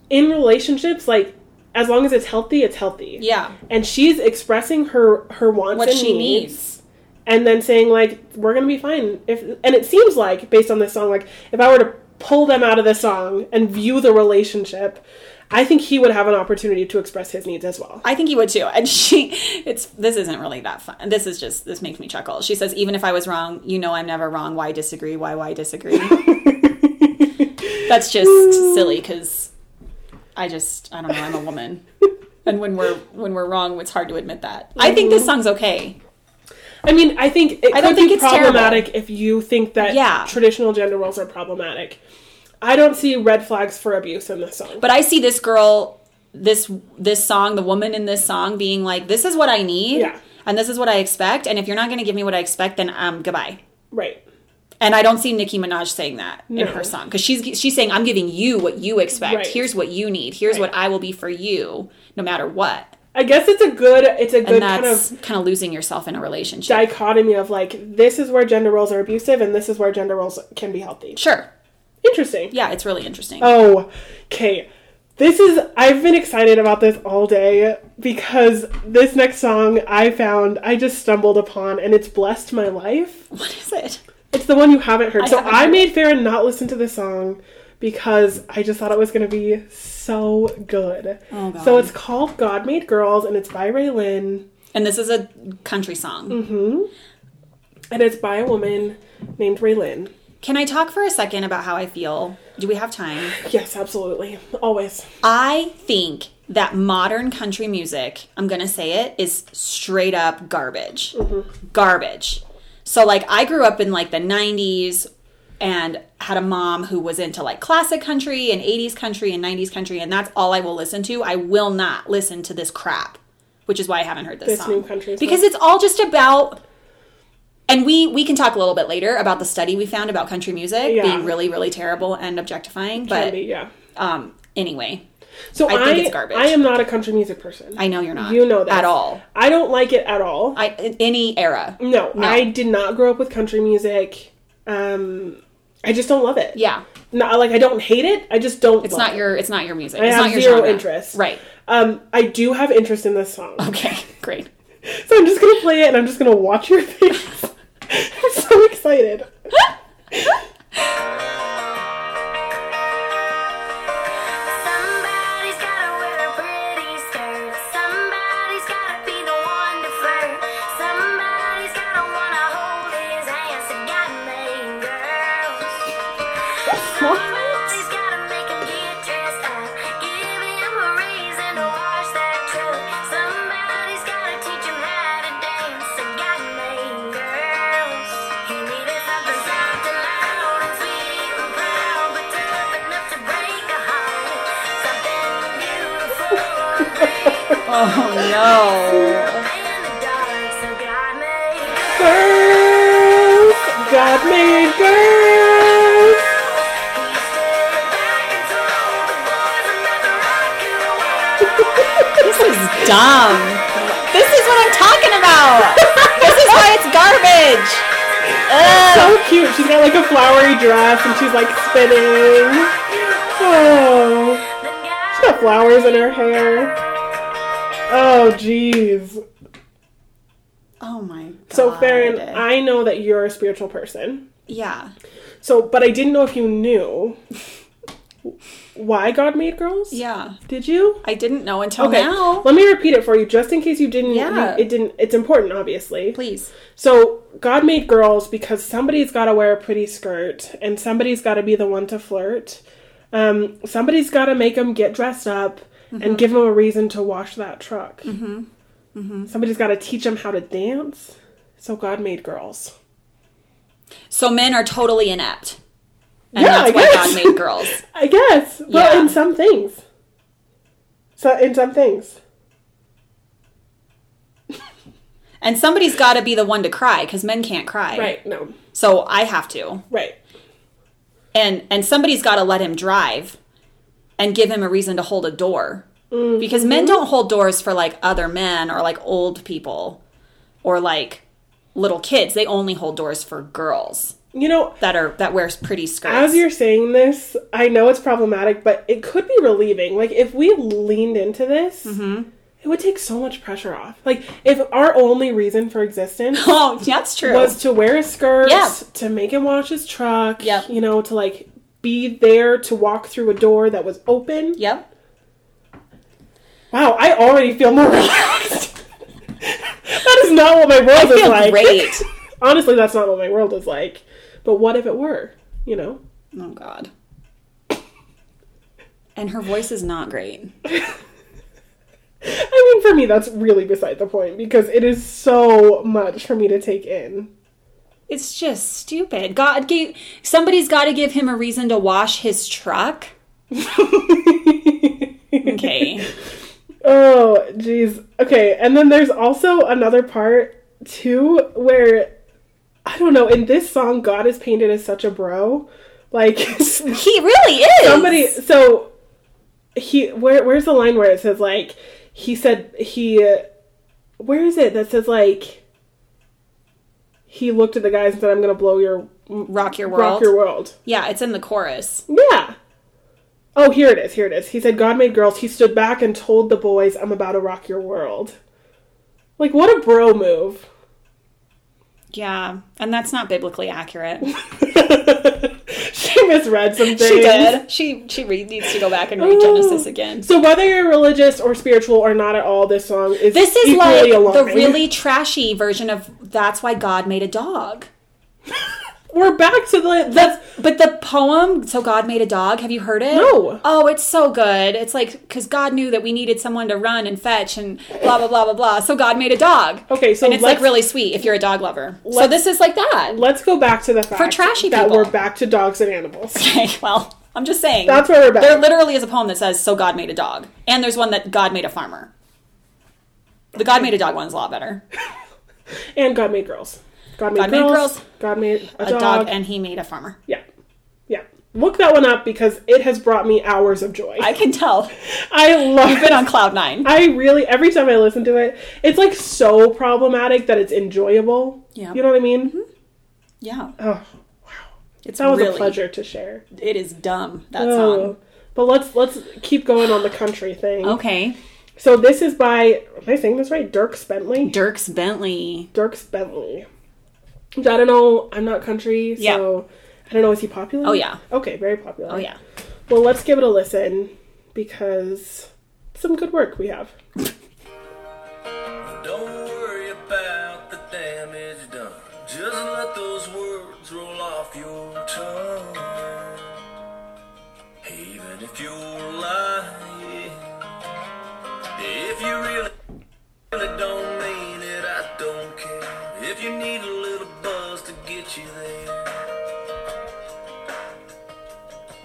in relationships, like as long as it's healthy, it's healthy. Yeah, And she's expressing her her wants what and she needs. needs. and then saying like we're gonna be fine if and it seems like based on this song like if i were to pull them out of the song and view the relationship i think he would have an opportunity to express his needs as well I think he would too. And she, it's this isn't really that fun. This is just this makes me chuckle. She says, "Even if I was wrong, you know I'm never wrong. Why disagree? Why why disagree?" That's just silly because I just I don't know. I'm a woman, and when we're when we're wrong, it's hard to admit that. I think this song's okay. i mean i think it I could don't think be it's problematic if you think that Yeah. traditional gender roles are problematic i don't see red flags for abuse in this song but I see this girl this this song the woman in this song being like this is what I need Yeah. and this is what I expect and if you're not going to give me what I expect then um goodbye right and I don't see Nicki Minaj saying that in No. her song because she's she's saying I'm giving you what you expect Right. here's what you need here's Right. what I will be for you no matter what i guess it's a good it's a and good kind that's of kind of, losing yourself in a relationship dichotomy of like this is where gender roles are abusive and this is where gender roles can be healthy sure interesting yeah it's really interesting Oh, okay. This is I've been excited about this all day because this next song I found I just stumbled upon and it's blessed my life. (laughs) what is it It's the one you haven't heard. so haven't I heard made Farron not listen to this song because I just thought it was gonna be so good. Oh, God. So it's called God Made Girls and it's by Ray Lynn and this is a country song Mm-hmm. and it's by a woman named Ray Lynn. can I talk for a second about how I feel do we have time Yes, absolutely. Always. I think that modern country music, I'm going to say it, is straight up garbage. Mm-hmm. Garbage. So, like, I grew up in like the 90s and had a mom who was into like classic country and 80s country and 90s country, and that's all I will listen to. I will not listen to this crap, which is why I haven't heard this, This song. new country song. Because it's all just about. And we, we can talk a little bit later about the study we found about country music Yeah. being really, really terrible and objectifying. But Candy, yeah. um, anyway, So I Uh, I think it's garbage. I am not a country music person. I know you're not. You know that at all. I don't like it at all. I in any era. no, I did not grow up with country music. Um, I just don't love it. Yeah, no, like I don't hate it. I just don't. it's not your it's not your music. I it's have not your zero genre. interest. Right. Um, I do have interest in this song, (laughs) Okay. (laughs) Great. so I'm just gonna play it and I'm just gonna watch your face. (laughs) I'm so excited. Somebody's gotta wear a pretty skirt. Somebody's gotta be the one to flirt. Somebody's gotta wanna hold his hands and got made girls. Somebody's gotta make him get dressed up. Give him a reason to wash that truck. Somebody's gotta teach him how to dance and got made girls. He needed something something loud and sweet and proud, but tough enough to break a heart. Something beautiful and brave Oh in the dark, so God made Girls, God made girls. no! (laughs) This is dumb. This is what I'm talking about. this is why it's garbage. Ugh. So cute. She's got like a flowery dress and she's like spinning. Oh, she's got flowers in her hair. Oh, jeez. Oh my. God. So, Farron, I know that you're a spiritual person. yeah. So, but I didn't know if you knew why God made girls. Yeah. Did you? I didn't know until now. Let me repeat it for you, just in case you didn't. Yeah. you- it didn't. It's important, obviously. Please. So God made girls because somebody's got to wear a pretty skirt, and somebody's got to be the one to flirt. Um, somebody's got to make them get dressed up and give them a reason to wash that truck. Mm-hmm. Mm-hmm. Somebody's got to teach them how to dance. So God made girls. So men are totally inept. And Yeah, I that's why guess. God made girls. I guess. Well, Yeah. in some things. So in some things. And somebody's got to be the one to cry because men can't cry. Right. No. So I have to. Right. and and somebody's got to let him drive and give him a reason to hold a door. Mm-hmm. Because men don't hold doors for like other men or like old people or like little kids. They only hold doors for girls You know, that are that wears pretty skirts. as you're saying this, I know it's problematic, but it could be relieving. Like if we leaned into this, Mm-hmm. it would take so much pressure off. Like if our only reason for (laughs) existence (laughs) oh, that's true. was to wear a skirt, Yeah. to make him wash his truck, Yep. you know, to like be there to walk through a door that was open. yep. Wow, I already feel more (laughs) relaxed. that is not what my world is feel like. great. (laughs) Honestly, that's not what my world is like. But what if it were? You know? Oh God. And her voice is not great. I mean, for me, that's really beside the point because it is so much for me to take in. (laughs) It's just stupid. God gave somebody's got to give him a reason to wash his truck. (laughs) Okay. Oh, jeez. Okay, and then there's also another part too where I don't know. In this song, God is painted as such a bro. Like He really is. somebody. So he where where's the line where it says like he said he uh, where is it that says like he looked at the guys and said I'm gonna blow your rock your world. rock your world. Yeah, it's in the chorus. Yeah. Oh, here it is. Here it is. He said, God made girls. He stood back and told the boys, I'm about to rock your world. Like, what a bro move. (laughs) Yeah, and that's not (laughs) biblically accurate. she misread some things. She did. She she re- needs to go back and read Genesis again. Oh. So, whether you're religious or spiritual or not at all, this song is This is like equally the alarming. really trashy version of "That's Why God Made a Dog." (laughs) We're back to the The, but the poem, so God made a dog. Have you heard it? No. Oh, it's so good. It's like because God knew that we needed someone to run and fetch and blah blah blah blah blah. So God made a dog. Okay, so and it's like Oh, let's- really sweet if you're a dog lover. So this is like that. Let's go back to the fact trashy that people. we're back to dogs and animals. Okay, (laughs) well, I'm just saying. That's where we're back. There literally is a poem that says, So God made a dog. And there's one that God made a farmer. The God made a dog one's a lot better. And God made girls. God made, God made girls, girls. God made a, A dog. dog, and he made a farmer. yeah. Yeah. Look that one up because it has brought me hours of joy. I can tell. I love Been on cloud nine. (laughs) I really every time I listen to it, it's like so problematic that it's enjoyable. Yeah. You know what I mean? yeah. Oh, It's that was really, a pleasure to share. It is dumb, that Oh. song. But let's let's keep going on the country thing. Okay. So this is by am I saying this right? Dirk Bentley. Dirks Bentley. Dirk Bentley. I don't know. I'm not country, so I don't know. Is he popular? Oh, yeah. Okay, very popular. Oh, yeah. Well, let's give it a listen because some good work we have. Don't worry about the damage done. Just let those words roll off your tongue. Even if you're lying, if you really, really don't mean it, I don't care. If you need a little buzz to get you there,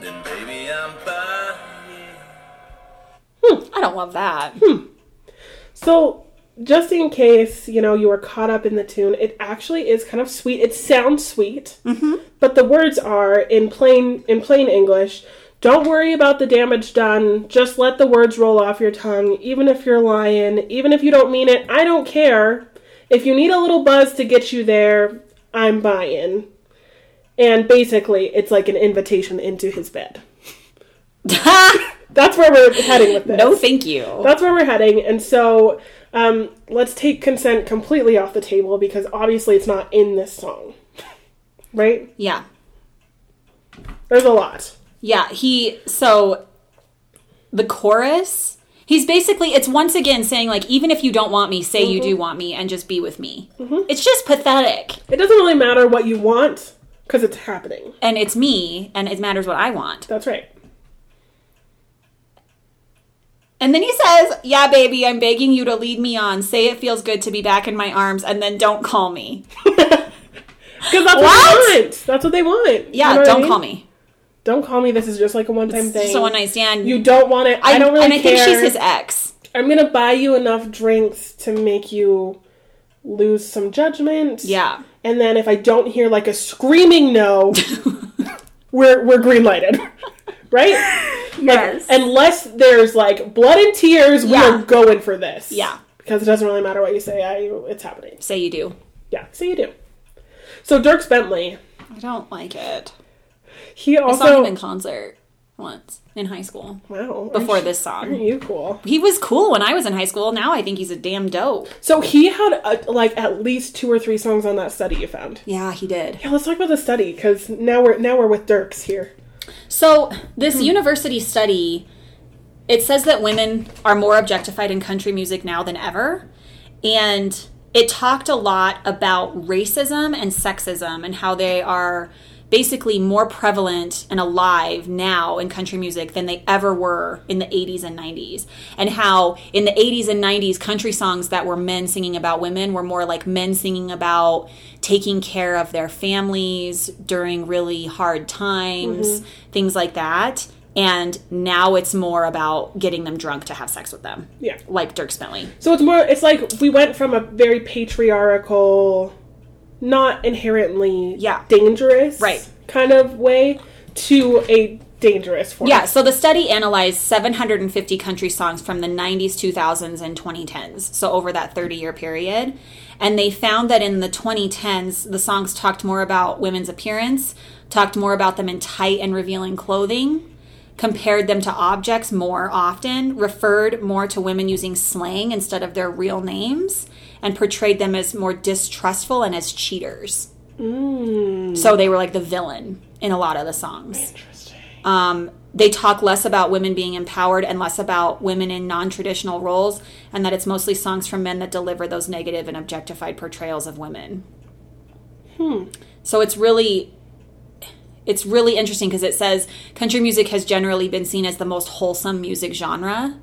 then baby, I'm buying. I don't love that. So, just in case you know you were caught up in the tune, it actually is kind of sweet. It sounds sweet, but the words are in plain in plain English. Don't worry about the damage done. Just let the words roll off your tongue, even if you're lying, even if you don't mean it. I don't care. If you need a little buzz to get you there, I'm buying. And basically, it's like an invitation into his bed. Hmm. That's where we're heading with this. (laughs) no, thank you. That's where we're heading, and so um, let's take consent completely off the table because obviously it's not in this song, right? Yeah. There's a lot. Yeah, he so the chorus, he's basically it's once again saying like even if you don't want me, say you Mm-hmm. do want me and just be with me. It's just pathetic. It doesn't really matter what you want because it's happening. And it's me and it matters what I want. That's right. And then he says, "Yeah, baby, I'm begging you to lead me on. Say it feels good to be back in my arms and then don't call me." Because that's what? What? they want. That's what they want. Yeah, You know what I don't mean? call me. Don't call me. This is just like a one-time It's thing. just a one night stand. You don't want it. I, don't really And I care. think she's his ex. I'm gonna buy you enough drinks to make you lose some judgment. Yeah. And then if I don't hear (laughs) like a screaming no, we're we're green lighted, right? Yes. Unless there's like blood and tears, Yeah. we are going for this. Yeah. Because it doesn't really matter what you say, I it's happening. Say you do. Yeah, so you do. So Dirks Bentley, I don't like it. he I saw also him in concert once in high school wow, before aren't this you- aren't song. you cool? He was cool when I was in high school. Now I think he's a damn dope. So he had uh like at least two or three songs on that study you found. Yeah, he did. Yeah, let's talk about the study because now we're now we're with Dirks here. So, this university study it says that women are more objectified in country music now than ever, and it talked a lot about racism and sexism and how they are basically more prevalent and alive now in country music than they ever were in the 80s and 90s and how in the 80s and 90s country songs that were men singing about women were more like men singing about taking care of their families during really hard times things like that and now it's more about getting them drunk to have sex with them Yeah. like dirk bentley So it's more it's like we went from a very patriarchal not inherently Yeah. dangerous Right. kind of way to a dangerous form. yeah so the study analyzed 750 country songs from the 90s 2000s and 2010s so over that 30 year period and they found that in the 2010s the songs talked more about women's appearance talked more about them in tight and revealing clothing compared them to objects more often, referred more to women using slang instead of their real names, and portrayed them as more distrustful and as cheaters. So they were like the villain in a lot of the songs. Interesting. Um, they talk less about women being empowered and less about women in non traditional roles, and that it's mostly songs from men that deliver those negative and objectified portrayals of women. Hmm. So it's really it's really interesting because it says country music has generally been seen as the most wholesome music genre.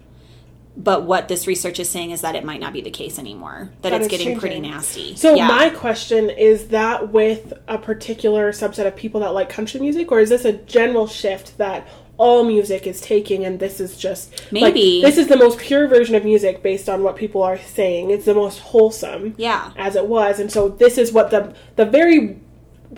But what this research is saying is that it might not be the case anymore. That, That it's it's getting pretty changing. nasty. So Yeah. my question is that with a particular subset of people that like country music or is this a general shift that all music is taking and this is just like, Maybe. this is the most pure version of music based on what people are saying. It's the most wholesome. Yeah. as it was and so this is what the the very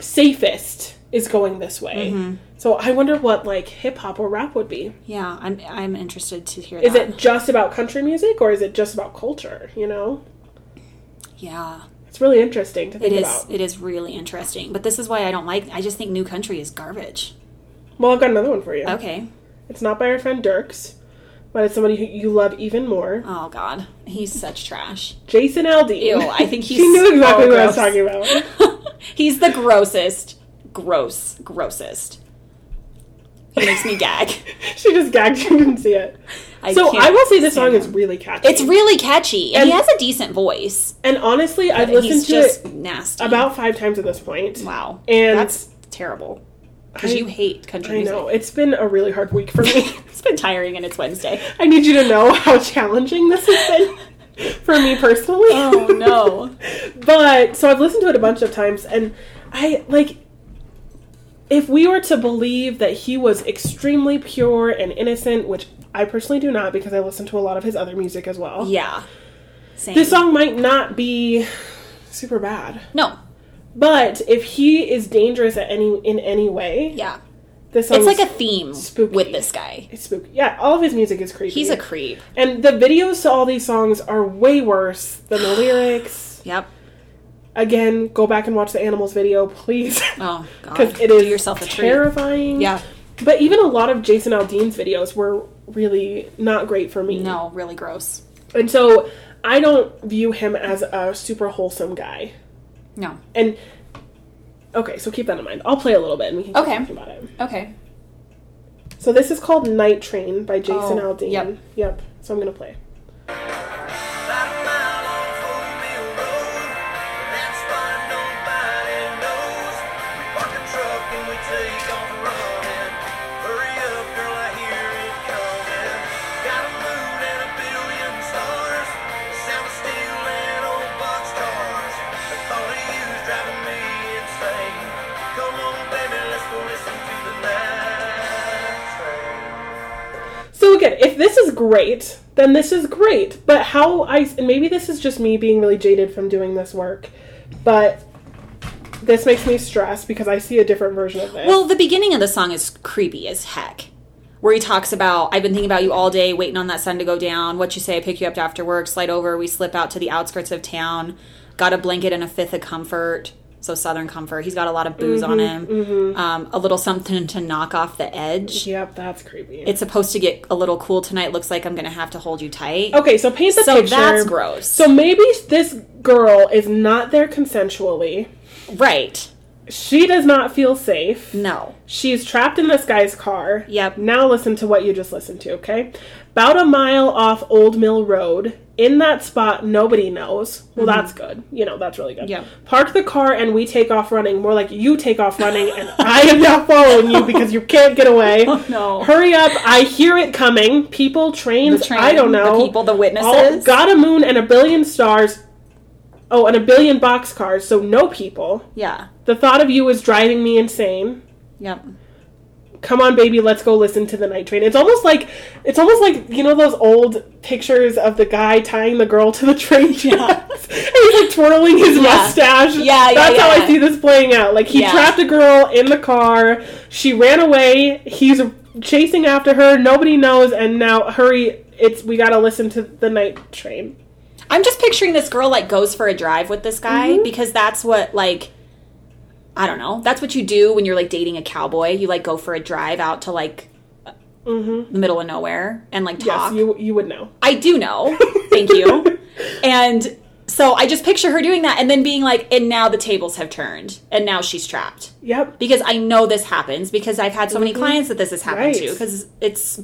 safest is going this way Mm-hmm. so i wonder what like hip hop or rap would be Yeah, I'm I'm interested to hear is that. it just about country music or is it just about culture you know Yeah. it's really interesting to It think is about it is really interesting. But this is why I don't like I just think new country is garbage. well i've got another one for you Okay. it's not by our friend dirks but it's somebody who you love even more Oh god. He's such trash. jason aldean Ew, (laughs) I think he's she knew exactly so what i was gross. talking about (laughs) He's the grossest, gross, grossest. He makes me (laughs) gag. she just gagged you didn't see it I so can't i will say this stand song is him. really catchy It's really catchy, and, he And- has a decent voice. and honestly i've But listened he's to just it nasty. about five times at this point wow, and- that's terrible because I- you hate country I music. know. It's been a really hard week for me. (laughs) (laughs) It's been tiring, and it's Wednesday. I need you to know how challenging this has (laughs) been for me personally. Oh no! (laughs) but so I've listened to it a bunch of times and I like if we were to believe that he was extremely pure and innocent, which I personally do not because I listen to a lot of his other music as well. yeah, same. This song might not be super bad. no, But if he is dangerous at any in any way, yeah, this song it's like is a theme spooky. with this guy. it's spooky. Yeah, all of his music is creepy. He's a creep. And the videos to all these songs are way worse than the lyrics. Yep. Again, go back and watch the animals video, please. (laughs) Oh god. Because it is Do yourself a treat. terrifying. Yeah. But even a lot of Jason Aldean's videos were really not great for me. No, really gross. And so I don't view him as a super wholesome guy. No. And okay, so keep that in mind. I'll play a little bit and we can keep Okay. talking about it. Okay. So this is called Night Train by Jason Oh, Aldean. yep. Yep. So I'm gonna play. About a mile off Oatmeal Road. That's why nobody knows. We park the truck and we take off running. Hurry up, girl, I hear it coming. Got a moon and a billion stars. The sound of steel and old boxcars. The thought of you's driving me insane. Come on, baby, let's go listen to the night train. So again, if this is great, then this is great. But how I and maybe this is just me being really jaded from doing this work, but this makes me stressed because I see a different version of this. Well, the beginning of the song is creepy as heck. where he talks about I've been thinking about you all day, waiting on that sun to go down. What you say, I pick you up after work, slide over, we slip out to the outskirts of town. Got a blanket and a fifth of comfort. So Southern comfort. He's got a lot of booze on Mm-hmm, him. Um, a little something to knock off the edge. Yep, that's creepy. It's supposed to get a little cool tonight. Looks like I'm gonna have to hold you tight. okay, so paint the So picture. that's gross. So maybe this girl is not there consensually. Right. She does not feel safe. No. She's trapped in this guy's car. Yep. Now listen to what you just listened to, okay? About a mile off Old Mill Road, in that spot nobody knows. Well, that's good. You know, that's really good. Mm-hmm. Yep. Park the car and we take off running. More like you take off running and (laughs) I am not following you because you can't get away. (laughs) Oh, no. Hurry up. I hear it coming. People, trains, The train, I don't know. the people, the witnesses. All- got a moon and a billion stars. Oh, and a billion boxcars, so no people. Yeah. The thought of you is driving me insane Yep. come on baby let's go listen to the night train it's almost like it's almost like you know those old pictures of the guy tying the girl to the train tracks (laughs) and he's like twirling his mustache Yeah, yeah, that's how i yeah. see this playing out like he Yeah. trapped a girl in the car she ran away he's chasing after her nobody knows and now hurry it's we gotta listen to the night train I'm just picturing this girl like goes for a drive with this guy Mm-hmm. because that's what like I don't know. That's what you do when you're like dating a cowboy. You like go for a drive out to like the middle of nowhere and like Mm-hmm. yes talk. you you would know I (laughs) do know. Thank you. and so I just picture her doing that and then being like and now the tables have turned and now she's trapped. yep Because I know this happens because I've had so many clients that this has happened Mm-hmm. Right. to cuz it's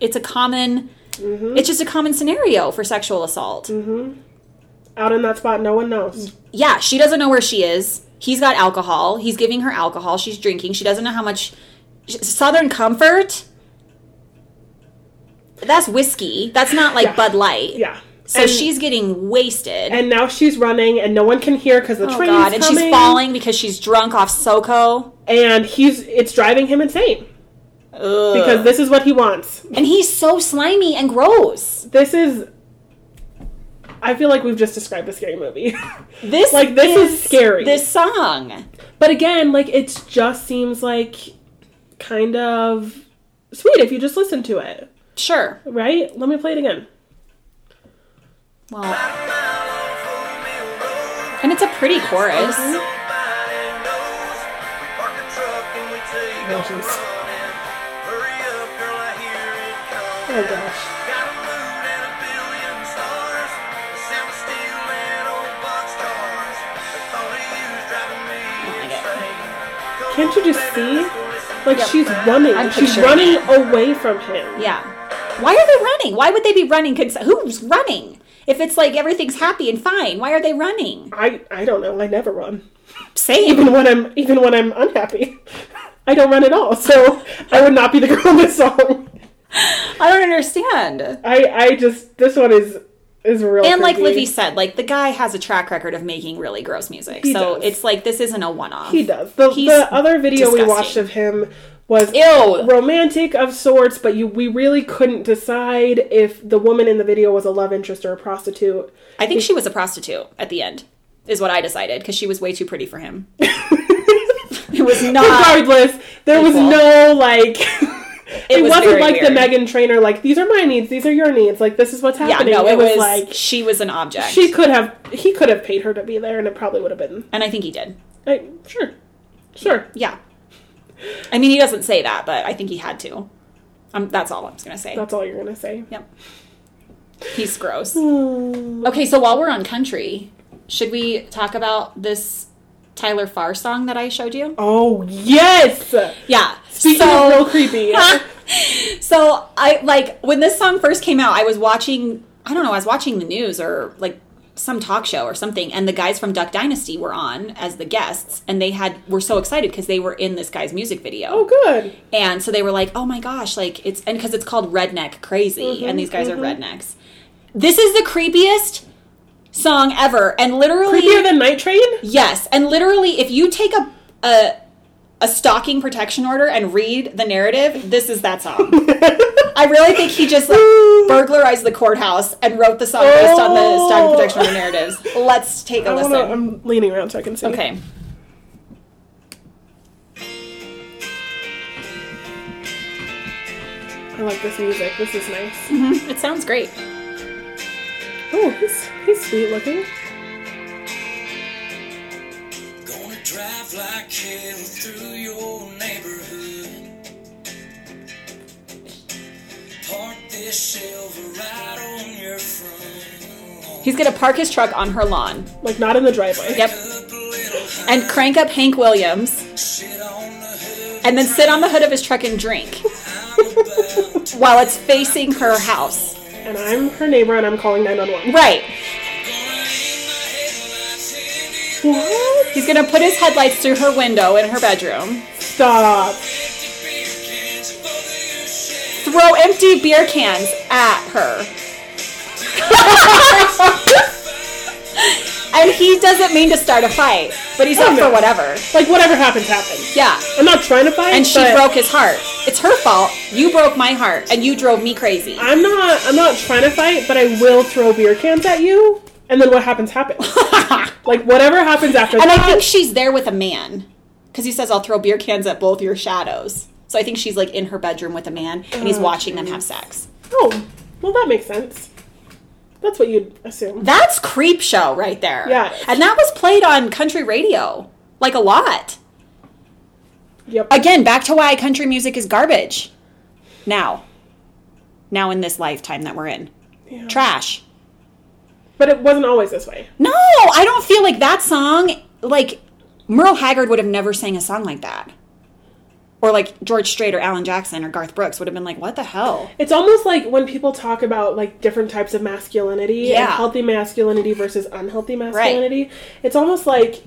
it's a common Mm-hmm. it's just a common scenario for sexual assault. out in that spot no one knows yeah, she doesn't know where she is. He's got alcohol. He's giving her alcohol. She's drinking. She doesn't know how much Southern Comfort. That's whiskey. That's not like Yeah. Bud Light. yeah So And- she's getting wasted. and now she's running and no one can hear because the oh train god, is and coming. she's falling because she's drunk off SoCo. and he's it's driving him insane Ugh. because this is what he wants. and he's so slimy and gross. This is I feel like we've just described a scary movie. (laughs) This Like, this is scary. This song. but again, like it just seems like kind of sweet if you just listen to it, Sure. right? Let me play it again. Well, and it's a pretty chorus. Oh, jeez. Oh gosh. Can't you just see? Like Yep. she's running. I'm she's picturing running away from him. Yeah. Why are they running? Why would they be running? Cons- Who's running? If it's like everything's happy and fine, why are they running? I I don't know. I never run. Same. Even when I'm even when I'm unhappy. (laughs) I don't run at all. So I would not be the girl in this song. (laughs) I don't understand. I I just this one is is real. And like creepy. Livy said, like the guy has a track record of making really gross music. He so does. it's like this isn't a one off. he does. The, He's the other video disgusting. we watched of him was Ew. romantic of sorts, but you we really couldn't decide if the woman in the video was a love interest or a prostitute. I think she was a prostitute at the end, is what I decided, because she was way too pretty for (laughs) him. it was not. Regardless, there was equal. no like. (laughs) It, was was not very like the weird. Megan Trainer, like these are my needs, these are your needs, like this is what's Yeah, happening. no, it, was, like she was an object. she could have, he could have paid her to be there, and it probably would have been. and I think he did. I, sure, sure. Yeah. I mean, he doesn't say that, but I think he had to. Um, that's all I'm just going to say. That's all you're gonna say. Yep. (sighs) He's gross. okay, so while we're on country, should we talk about this Tyler Farr song that I showed you? Oh yes. Yeah. Speaking so, of real (laughs) creepy. so I like when this song first came out, I was watching I don't know, I was watching the news or like some talk show or something and the guys from Duck Dynasty were on as the guests and they had were so excited because they were in this guy's music video. Oh, good. And so they were like, "Oh my gosh, like it's and because it's called Redneck Crazy, Mm-hmm, and these guys are rednecks. This is the creepiest song ever, and literally, Creepier than Night Train? yes, and literally, if you take a a a stalking protection order and read the narrative, this is that (laughs) song. I really think he just like burglarized the courthouse and wrote the song based on the stalking Oh. protection (laughs) order narratives. Let's take a I listen. wanna, I'm leaning around so I can see. Okay. I like this music. This is nice. it sounds great. Oh, he's he's sweet looking. Gonna drive like hell through your neighborhood. Park this Silverado on your front lawn. He's gonna park his truck on her lawn. Like not in the driveway. Yep. Up a little high, And crank up Hank Williams sit on the hood. and then sit on the hood of his truck and drink (laughs) I'm about to while it's facing her house. And I'm her neighbor, and I'm calling nine one one. Right. gonna aim my headlights into your What? He's gonna put his headlights through her window in her bedroom, Stop. empty beer cans, both of you shake. throw empty beer cans at her. (laughs) and he doesn't mean to start a fight, but he's up Oh, no. for whatever. Like whatever happens, happens. Yeah. I'm not trying to fight. And she but broke his heart. It's her fault. You broke my heart, and you drove me crazy. I'm not. I'm not trying to fight, but I will throw beer cans at you. And then what happens (laughs) happens. like whatever happens after And I that. think she's there with a man because he says, I'll throw beer cans at both your shadows. So I think she's like in her bedroom with a man and he's watching them have sex. oh, well that makes sense. That's what you'd assume. That's creep show right there. Yeah. And that was played on country radio like a lot. Yep. Again, back to why country music is garbage. Now. Now in this lifetime that we're in. Yeah. Trash. But it wasn't always this way. No, I don't feel like that song, like Merle Haggard would have never sang a song like that. Or like George Strait or Alan Jackson or Garth Brooks would have been like, what the hell? It's almost like when people talk about like different types of masculinity and Yeah. healthy masculinity versus unhealthy masculinity. It's almost like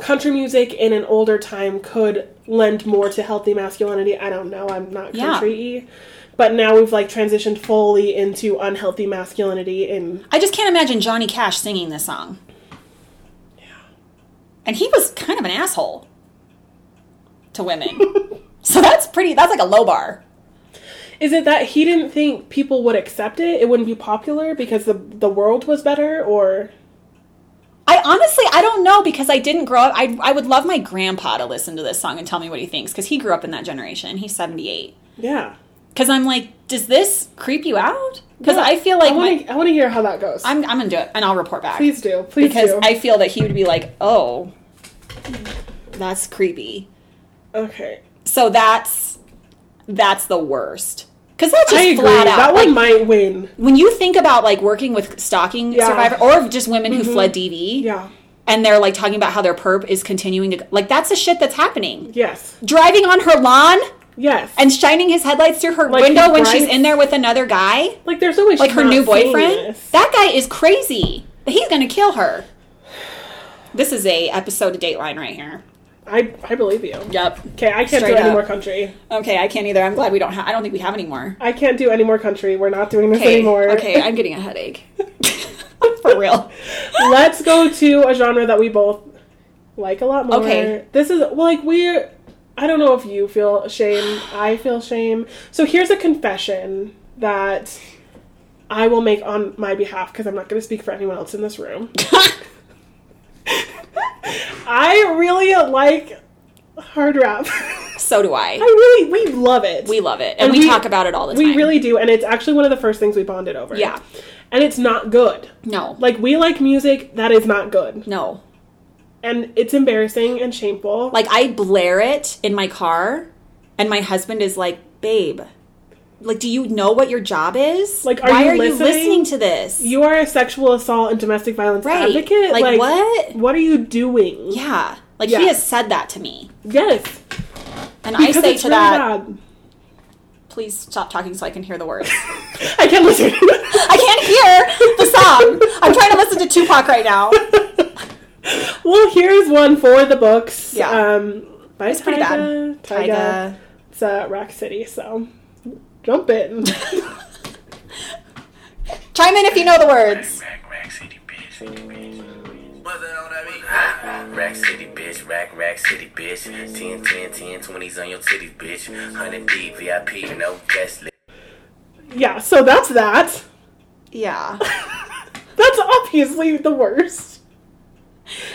country music in an older time could lend more to healthy masculinity. I don't know. I'm not Yeah. country y. But now we've like transitioned fully into unhealthy masculinity and I just can't imagine Johnny Cash singing this song. Yeah. And he was kind of an asshole to women. (laughs) so that's pretty, that's like a low bar. is it that he didn't think people would accept it? It wouldn't be popular because the the world was better or I honestly, I don't know because I didn't grow up. I, I would love my grandpa to listen to this song and tell me what he thinks because he grew up in that generation. He's 78. yeah. Because I'm like, does this creep you out? Because Yeah. I feel like I my- want to I want to hear how that goes. I'm, I'm gonna do it and I'll report back. please do. Please because do. I feel that he would be like, oh, that's creepy. okay. So that's that's the worst. Because that's just I agree. flat out. That like, one might win. when you think about like working with stalking Yeah. Mm-hmm. survivor or just women who fled DV, Yeah. and they're like talking about how their perp is continuing to like that's the shit that's happening. Yes. Driving on her lawn Yes. and shining his headlights through her Like, window when bright- she's in there with another guy. like there's no way. like she's her not new seeing boyfriend. this. That guy is crazy. He's gonna kill her. This is a episode of Dateline right here. I I believe you. Yep. Okay, I can't Straight do any up. more country. Okay, I can't either. I'm glad we don't. Ha- I don't think we have any more. I can't do any more country. We're not doing this Okay. anymore. Okay, I'm getting a headache. (laughs) For real. Let's go to a genre that we both like a lot more. Okay. This is well, like we're. I don't know if you feel shame. I feel shame. So here's a confession that I will make on my behalf because I'm not going to speak for anyone else in this (laughs) room. I really like hard rap. I so do I. really, we love it. We love it, and, And we, we- talk about it all the time. we really do, and it's actually one of the first things we bonded over. Yeah. and it's not good. No. Like. Like we like music that is not good, No. and it's embarrassing and shameful. Like I blare it in my car, and my husband is like, "Babe, like, do you know what your job is? Like, are why you are you listening? listening to this? you are a sexual assault and domestic violence Right. advocate. Like, what? What are you doing? yeah. Like Yeah. he has said that to me, Yes, and because I say it's to really that, bad. please stop talking so I can hear the words. (laughs) I can't listen. (laughs) I can't hear the song. I'm trying to listen to Tupac right now. well, here's one for the books. Yeah. um, by It's pretty Tyga. bad. Tyga. It's uh, Rock City, so jump (laughs) in. Chime in if you know the words. Rack, rack city bitch. What's that on that beat? Rack city bitch, rack, rack city bitch. 10, 10, 10, 20s on your titties, bitch. 100 deep, VIP, no guest list. yeah, so that's that. Yeah. That's obviously the worst.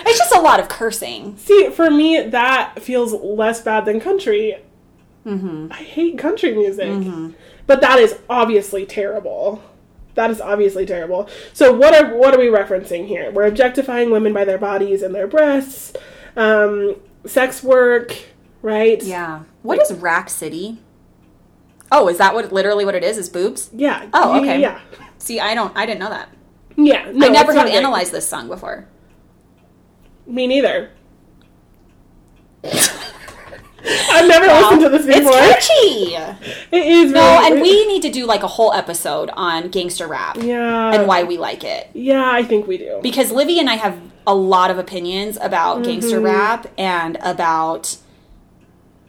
It's just a lot of cursing. See, for me, that feels less bad than country. Mm-hmm. I hate country music. But that is obviously terrible. That is obviously terrible. So what are what are we referencing here? We're objectifying women by their bodies and their breasts, um, sex work, right? Yeah. What is Rack City? Oh, is that what literally what it is? Is boobs? Yeah. Oh, okay. Yeah. See, I don't. I didn't know that. Yeah. No, I never it's not have great. analyzed this song before. Me (laughs) neither. I've never listened to this before. It's catchy. (laughs) It is No, really- and we need to do like a whole episode on gangster rap yeah and why we like it. yeah I think we do because Livy and I have a lot of opinions about gangster rap and about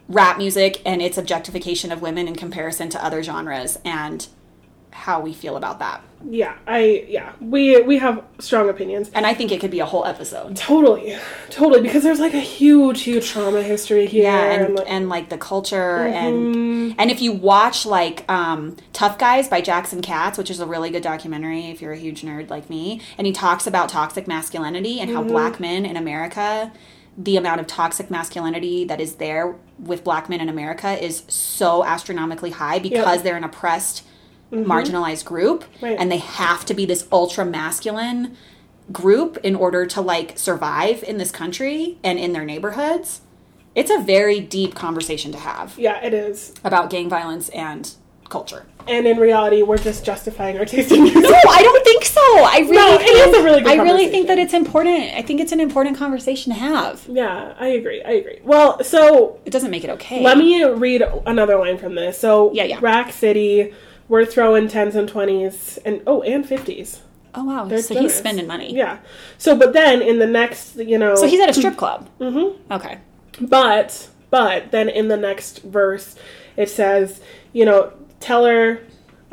rap music and its objectification of women in comparison to other genres and how we feel about that. yeah I yeah we we have strong opinions And I think it could be a whole episode. totally totally because there's like a huge huge trauma history here Yeah, and, like, and like the culture and and if you watch like um, Tough Guys by Jackson Katz, which is a really good documentary if you're a huge nerd like me, and he talks about toxic masculinity and how black men in America, the amount of toxic masculinity that is there with black men in America is so astronomically high because they're an oppressed, marginalized group, Mm-hmm. Right. and they have to be this ultra masculine group in order to like survive in this country and in their neighborhoods it's a very deep conversation to have yeah it is about gang violence and culture. and in reality we're just justifying our taste in music (laughs) No, I don't think so. I really, No, it think- is a really good I really conversation. think that it's important. I think it's an important conversation to have. yeah I agree I agree well so It doesn't make it okay. Let me read another line from this. So Yeah, yeah. Rack City, we're throwing tens and twenties and oh and fifties. Oh wow, so he's generous. spending money. Yeah. So but then in the next you know So he's at a strip club. Mm-hmm. Okay. but but then in the next verse it says, you know, tell her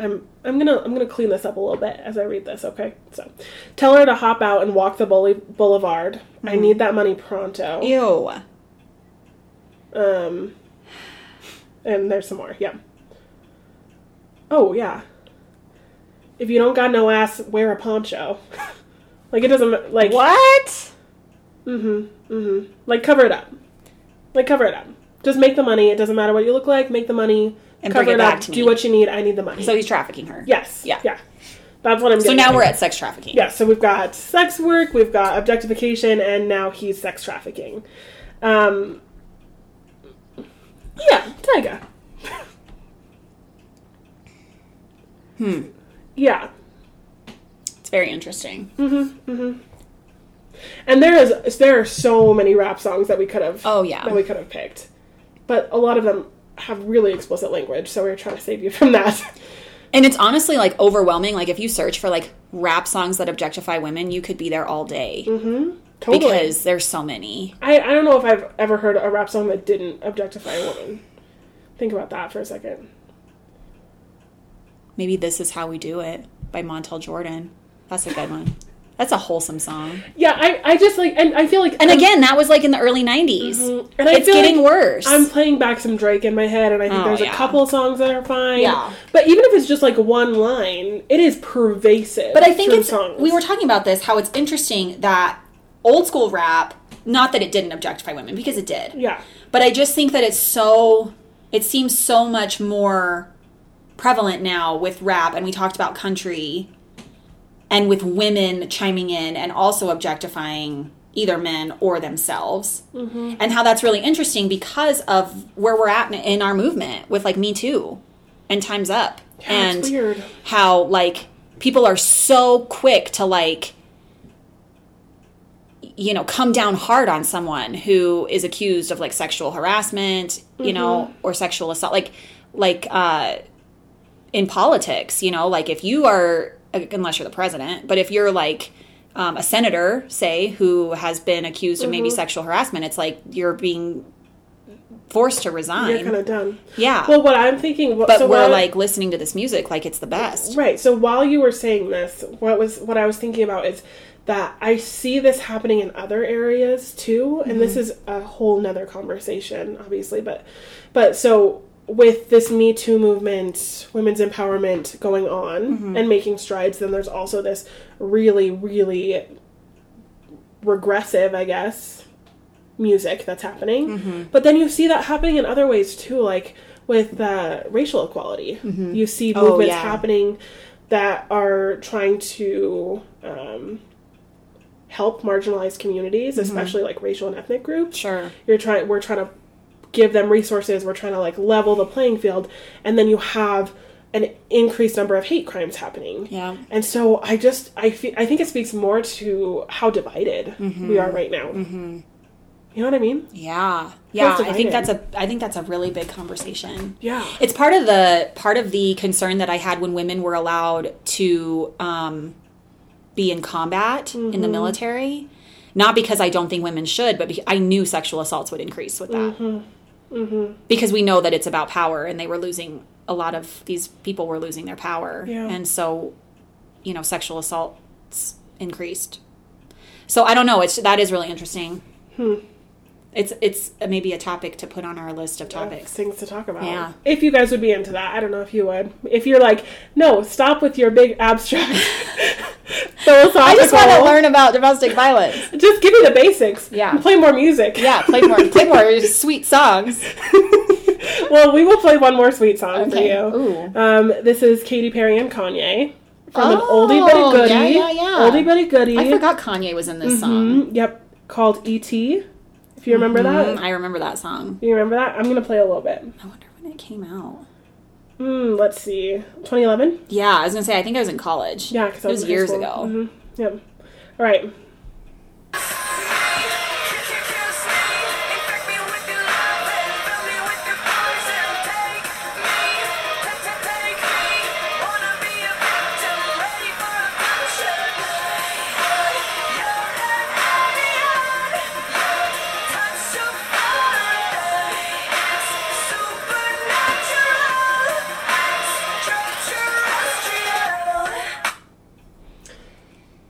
I'm I'm gonna I'm gonna clean this up a little bit as I read this, okay? So tell her to hop out and walk the bully boulevard. Mm-hmm. I need that money pronto. Ew. Um, and there's some more. Yeah. Oh yeah. If you don't got no ass, wear a poncho. (laughs) like it doesn't like What? like cover it up. Like cover it up. Just make the money. It doesn't matter what you look like. Make the money. And cover bring it back up. to Do me. what you need. I need the money. So he's trafficking her. yes. Yeah. Yeah. That's what I'm. So now we're at sex trafficking. Yeah, so we've got sex work, we've got objectification, and now he's sex trafficking. Um, yeah, Tyga. Hmm. Hmm. Yeah, It's very interesting. and there is there are so many rap songs that we could have. Oh, yeah. that we could have picked, but a lot of them have really explicit language, so we are trying to save you from that. (laughs) And it's honestly like overwhelming. Like if you search for like rap songs that objectify women, you could be there all day Mm-hmm. totally. because there's so many. I, I don't know if I've ever heard a rap song that didn't objectify a woman. Think about that for a second. Maybe This Is How We Do It by Montel Jordan. That's a good one. That's a wholesome song. Yeah, I, I just like, and Mm-hmm. I feel like, And again, that was like in the early 90s. and I It's feel getting like worse. I'm playing back some Drake in my head, and I think Oh, there's yeah. a couple songs that are fine. Yeah. but even if it's just like one line, it is pervasive. but I think through it's songs. we were talking about this how it's interesting that old school rap not that it didn't objectify women because it did. yeah, Oh, But I just think that it's so it seems so much more prevalent now with rap and we talked about country and with women chiming in and also objectifying either men or themselves Mm-hmm. and how that's really interesting because of where we're at in- in our movement with like me too and time's up and it's weird. how like people are so quick to like you know come down hard on someone who is accused of like sexual harassment you Mm-hmm. know or sexual assault like like uh in politics you know like if you are unless you're the president but if you're like um, a senator say who has been accused of Mm-hmm. maybe sexual harassment it's like you're being forced to resign you're kind of done. yeah Well, what I'm thinking, but so we're what- like listening to this music like it's the best Right. So while you were saying this, what was what I was thinking about is that I see this happening in other areas too, and this is a whole nother conversation, obviously, but but so with this Me Too movement, women's empowerment going on and making strides, then there's also this really, really regressive, I Mm-hmm. guess, music that's happening. But then you see that happening in other ways too, like with uh, racial equality. You see Oh, movements yeah. happening that are trying to um, help marginalized communities, Mm-hmm. especially like racial and ethnic groups. Sure. You're trying. We're trying to give them resources. We're trying to like level the playing field, and then you have an increased number of hate crimes happening. Yeah. And so I just I fe- I think it speaks more to how divided Mm-hmm. we are right now. You know what I mean? Yeah. Yeah. I think divided. that's a I think that's a really big conversation. Yeah. It's part of the part of the concern that I had when women were allowed to um, be in combat in the military. Not because I don't think women should, but be- I knew sexual assaults would increase with that. Because we know that it's about power, and they were losing a lot of these people were losing their power, Yeah. and so you know sexual assaults increased. So I don't know. It's that is really interesting. It's it's maybe a topic to put on our list of topics. Things to talk about. Yeah. If you guys would be into that, I don't know if you would. If you're like, no, stop with your big (laughs) abstract (laughs) philosophical. I just want to learn about domestic violence. (laughs) Just give me the basics. Yeah. Play more music. Yeah, play more, play more sweet songs. (laughs) well, we will play one more sweet song Okay. for you. Ooh. Um, this is Katy Perry and Kanye from Oh, an oldie but a goodie. yeah, yeah, yeah. Oldie but a goodie. I forgot Kanye was in this song. Mm, Yep. Called E.T. If you remember Mm-hmm. Mm, that. I remember that song. You remember that? I'm going to play a little bit. I wonder when it came out. Mm, let's see. 2011? Yeah, I was gonna say I think I was in college. Yeah, because it was years ago. hmm Yep. All right.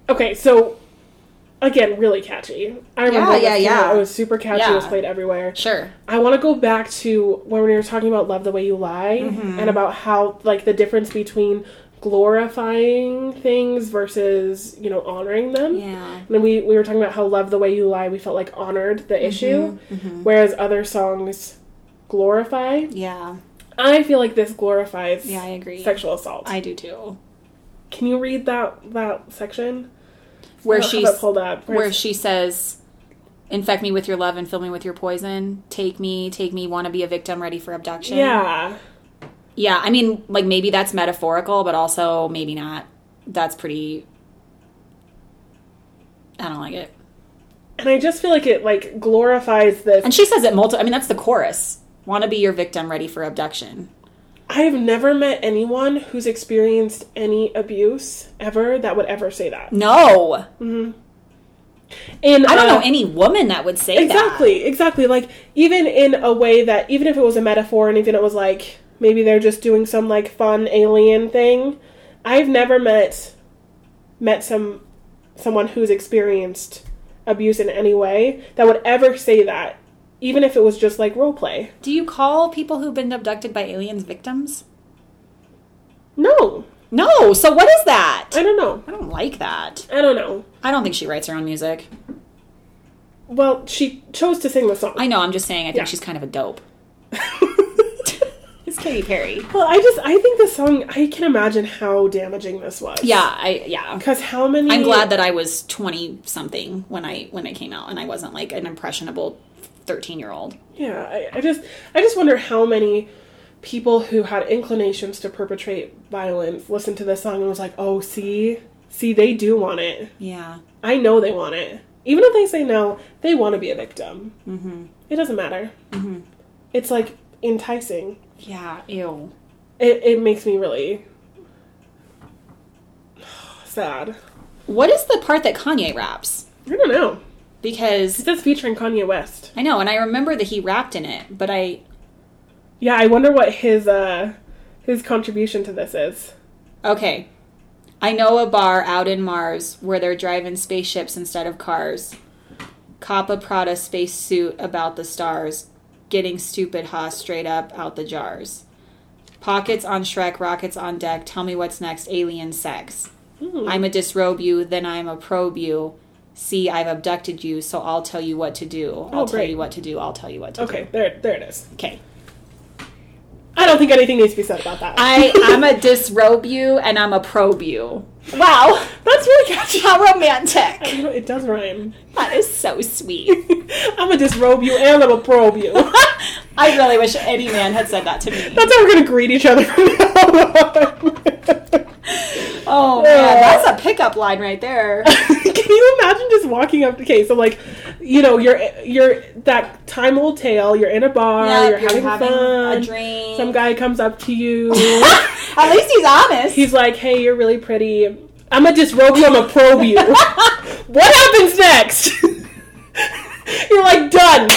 Okay, so again, really catchy. I remember Yeah, this yeah, came yeah. out, It was super catchy. It was Yeah. played everywhere. Sure. I want to go back to when we were talking about love the way you lie Mm-hmm. and about how like the difference between glorifying things versus you know honoring them. Yeah. And then we we were talking about how love the way you lie we felt like honored Mm-hmm. the issue, whereas other songs glorify. Yeah. I feel like this glorifies Yeah, I agree. sexual assault. I do too. Can you read that that section? I Where don't have she's it pulled up. where it's- she says, "Infect me with your love and fill me with your poison. Take me, take me. Want to be a victim, ready for abduction." yeah. Yeah. I mean, like maybe that's metaphorical, but also maybe not. That's pretty. I don't like it. And I just feel like it like glorifies this. And she says it multiple. I mean, that's the chorus. Want to be your victim, ready for abduction. I have never met anyone who's experienced any abuse ever that would ever say that. No, And I don't uh, know any woman that would say that. exactly, exactly. Like even in a way that even if it was a metaphor and even it was like maybe they're just doing some like fun alien thing, I've never met met some someone who's experienced abuse in any way that would ever say that, even if it was just like role play. Do you call people who've been abducted by aliens victims? No, No. So what is that? I don't know. I don't like that. I don't know. I don't think she writes her own music. Well, she chose to sing the song. (laughs) I know. I'm just saying. I think Yeah. she's kind of a dope. It's Katy Perry. Well, I just I think this song I can imagine how damaging this was. Yeah. I yeah. Because how many I'm glad that I was 20 something when I when it came out, and I wasn't like an impressionable 13 year old. Yeah, I, I just I just wonder how many people who had inclinations to perpetrate violence listened to this song and was like, Oh, see, see they do want it. Yeah. I know they want it. Even if they say no, they want to be a victim. Mm-hmm. It doesn't matter. Mm-hmm. It's like enticing. Yeah. Ew. It it makes me really (sighs) sad. What is the part that Kanye raps? I don't know. Because It says featuring Kanye West. I know, and I remember that he rapped in it, but I Yeah, I wonder what his uh his contribution to this is. Okay. I know a bar out in Mars where they're driving spaceships instead of cars. Cop a Prada space suit about the stars. Getting stupid ha straight up out the jars. Pockets on Shrek, rockets on deck. Tell me what's next. Alien sex. Hmm. I'm a disrobe you, then I'm a probe you. See, I've abducted you, so I'll tell you what to do. I'll Oh, tell great. Oh. you what to do. I'll tell you what to Okay, there there it is. do. Okay. I don't think anything needs to be said about that. I I'm a disrobe you and I'm a probe you. Wow. That's really catchy. How romantic. You know, It does rhyme. (laughs) That is so sweet. I'm gonna disrobe you and I'm gonna probe (laughs) you. That's I really wish any man had said that to me. how we're gonna greet each other from now on. (laughs) Oh man, that's a pickup line right there. Can you imagine just walking up? Okay, so like, you know, you're you're that time old tale. You're in a bar. Yep, you're, having, fun. a drink. Some guy comes up to you. (laughs) At least he's honest. He's like, "Hey, you're really pretty. I'm gonna disrobe you. I'm gonna probe (laughs) you. what happens next?" (laughs) you're like, "Done.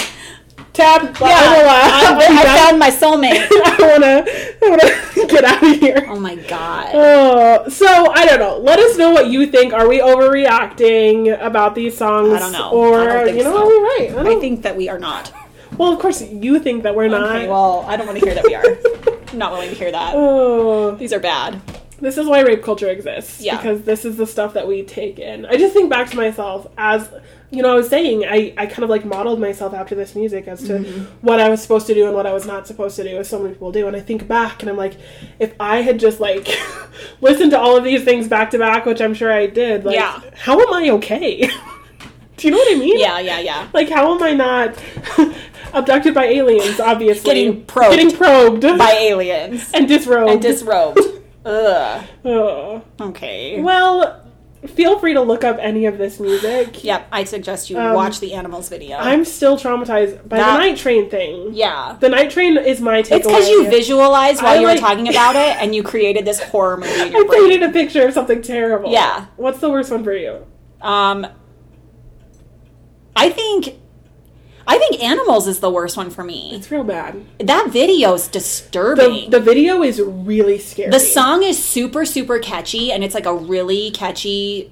Tap. Yeah, I, I found my soulmate. (laughs) I wanna, I wanna (laughs) get out of here. oh my god. Oh, so I don't know. Let us know what you think. Are we overreacting about these songs? I don't know. Or I don't think you know so. what? We're right. I, I don't, think that we are not. Well, of course you think that we're not. Okay, well, I don't want to hear that we are. I'm not willing to hear that. Oh, These are bad. this is why rape culture exists. Yeah. Because this is the stuff that we take in. I just think back to myself as you know, I was saying I, I kind of like modeled myself after this music as to Mm-hmm. what I was supposed to do and what I was not supposed to do, as so many people do. And I think back and I'm like, if I had just like (laughs) listened to all of these things back to back, which I'm sure I did, like Yeah. how am I okay? (laughs) do you know what I mean? Yeah, yeah, yeah. Like how am I not (laughs) abducted by aliens, obviously. Getting probed. Getting probed By aliens (laughs) and disrobed. and (laughs) disrobed. Ugh. Ugh. Okay. Well, feel free to look up any of this music. Yep, I suggest you Um, watch the animals video. I'm still traumatized by That- the night train thing. yeah. The night train is my takeaway. It's because you visualized while I you were like- talking about it and you created this horror movie (laughs) in I your brain. painted a picture of something terrible. Yeah. What's the worst one for you? Um, I think, I think animals is the worst one for me. It's real bad. That video's The, disturbing. the video is really scary. The song is super, super catchy, and it's like a really catchy,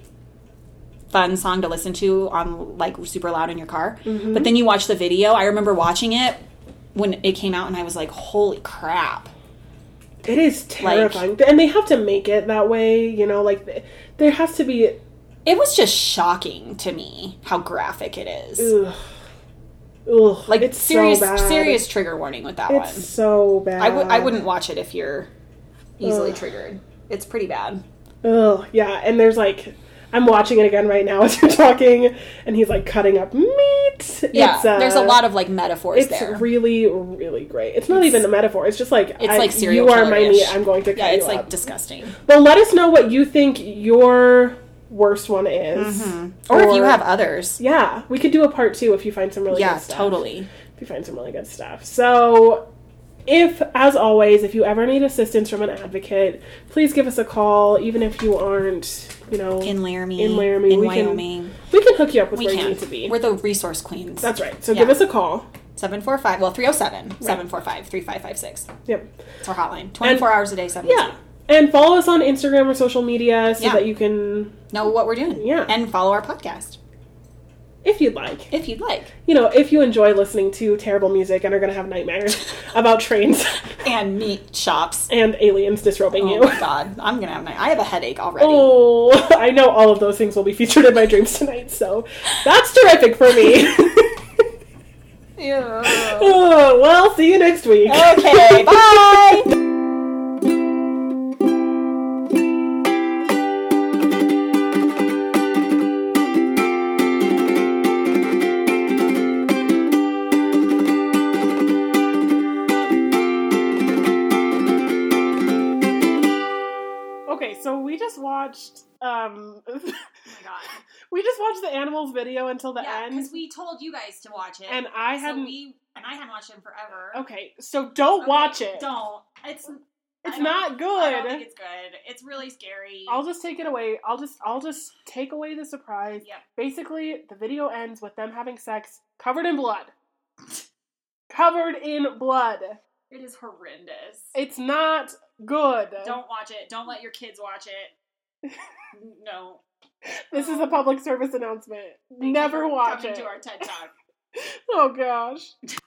fun song to listen to on like super loud in your car. Mm-hmm. But then you watch the video. I remember watching it when it came out, and I was like, "Holy crap!" It is terrifying. and they have to make it that way, you know, like th- there has to be It was just shocking to me how graphic it is. ugh. Ugh, like it's so serious, bad. serious trigger warning with that one. It's so bad. I, w- I wouldn't watch it if you're easily triggered. It's pretty bad. Ugh, yeah, and there's like, I'm watching it again right now (laughs) as you're talking, and he's like cutting up meat. Yeah, It's, uh, there's a lot of like metaphors It's there. really, really great. It's not even a metaphor. It's just like it's I- like serial You are my killer-ish. meat. I'm going to cut yeah, it's you like up. disgusting. Well, let us know what you think your worst one is, Mm-hmm. Or, if you have others. Yeah, we could do a part two if you find some really yeah, good stuff totally. if you find some really good stuff. So, if, as always, if you ever need assistance from an advocate, please give us a call, even if you aren't, you know, In Laramie, in Laramie, in we Wyoming. Can, we can hook you up with We where you can. need to be. We're the resource queens. That's right. So Yeah. give us a call. 745, well, 307 745 3556. Yep. It's our hotline. 24 hours a day, 7 days a Yeah. week. And follow us on Instagram or social media so Yeah. that you can, Know what we're doing. Yeah. And follow our podcast if you'd like, if you'd like. you know, if you enjoy listening to terrible music and are going to have nightmares (laughs) about trains And meat shops. and aliens disrobing Oh you. my god, I'm gonna have my. I have a headache already. (laughs) Oh, I know all of those things will be featured in my dreams tonight, so that's terrific for (laughs) me. oh, well, see you next week. (laughs) Oh. Okay, bye. Oh Okay, so we just watched. Um, (laughs) we just watched the animals video until the Yeah, end, because we told you guys to watch it, and I so hadn't. we and I hadn't watched it in forever. okay, so don't Okay, watch it. Don't. It's I It's don't- not I don't think good. it's good. It's really scary. I'll just take it away. I'll just I'll just take away the surprise. Yep. Basically, the video ends with them having sex covered in blood. covered in blood. It is horrendous. It's not good. Don't watch it. Don't let your kids watch it. (laughs) no. This is a public service announcement. Never watch Coming it. to our TED Talk. Oh gosh.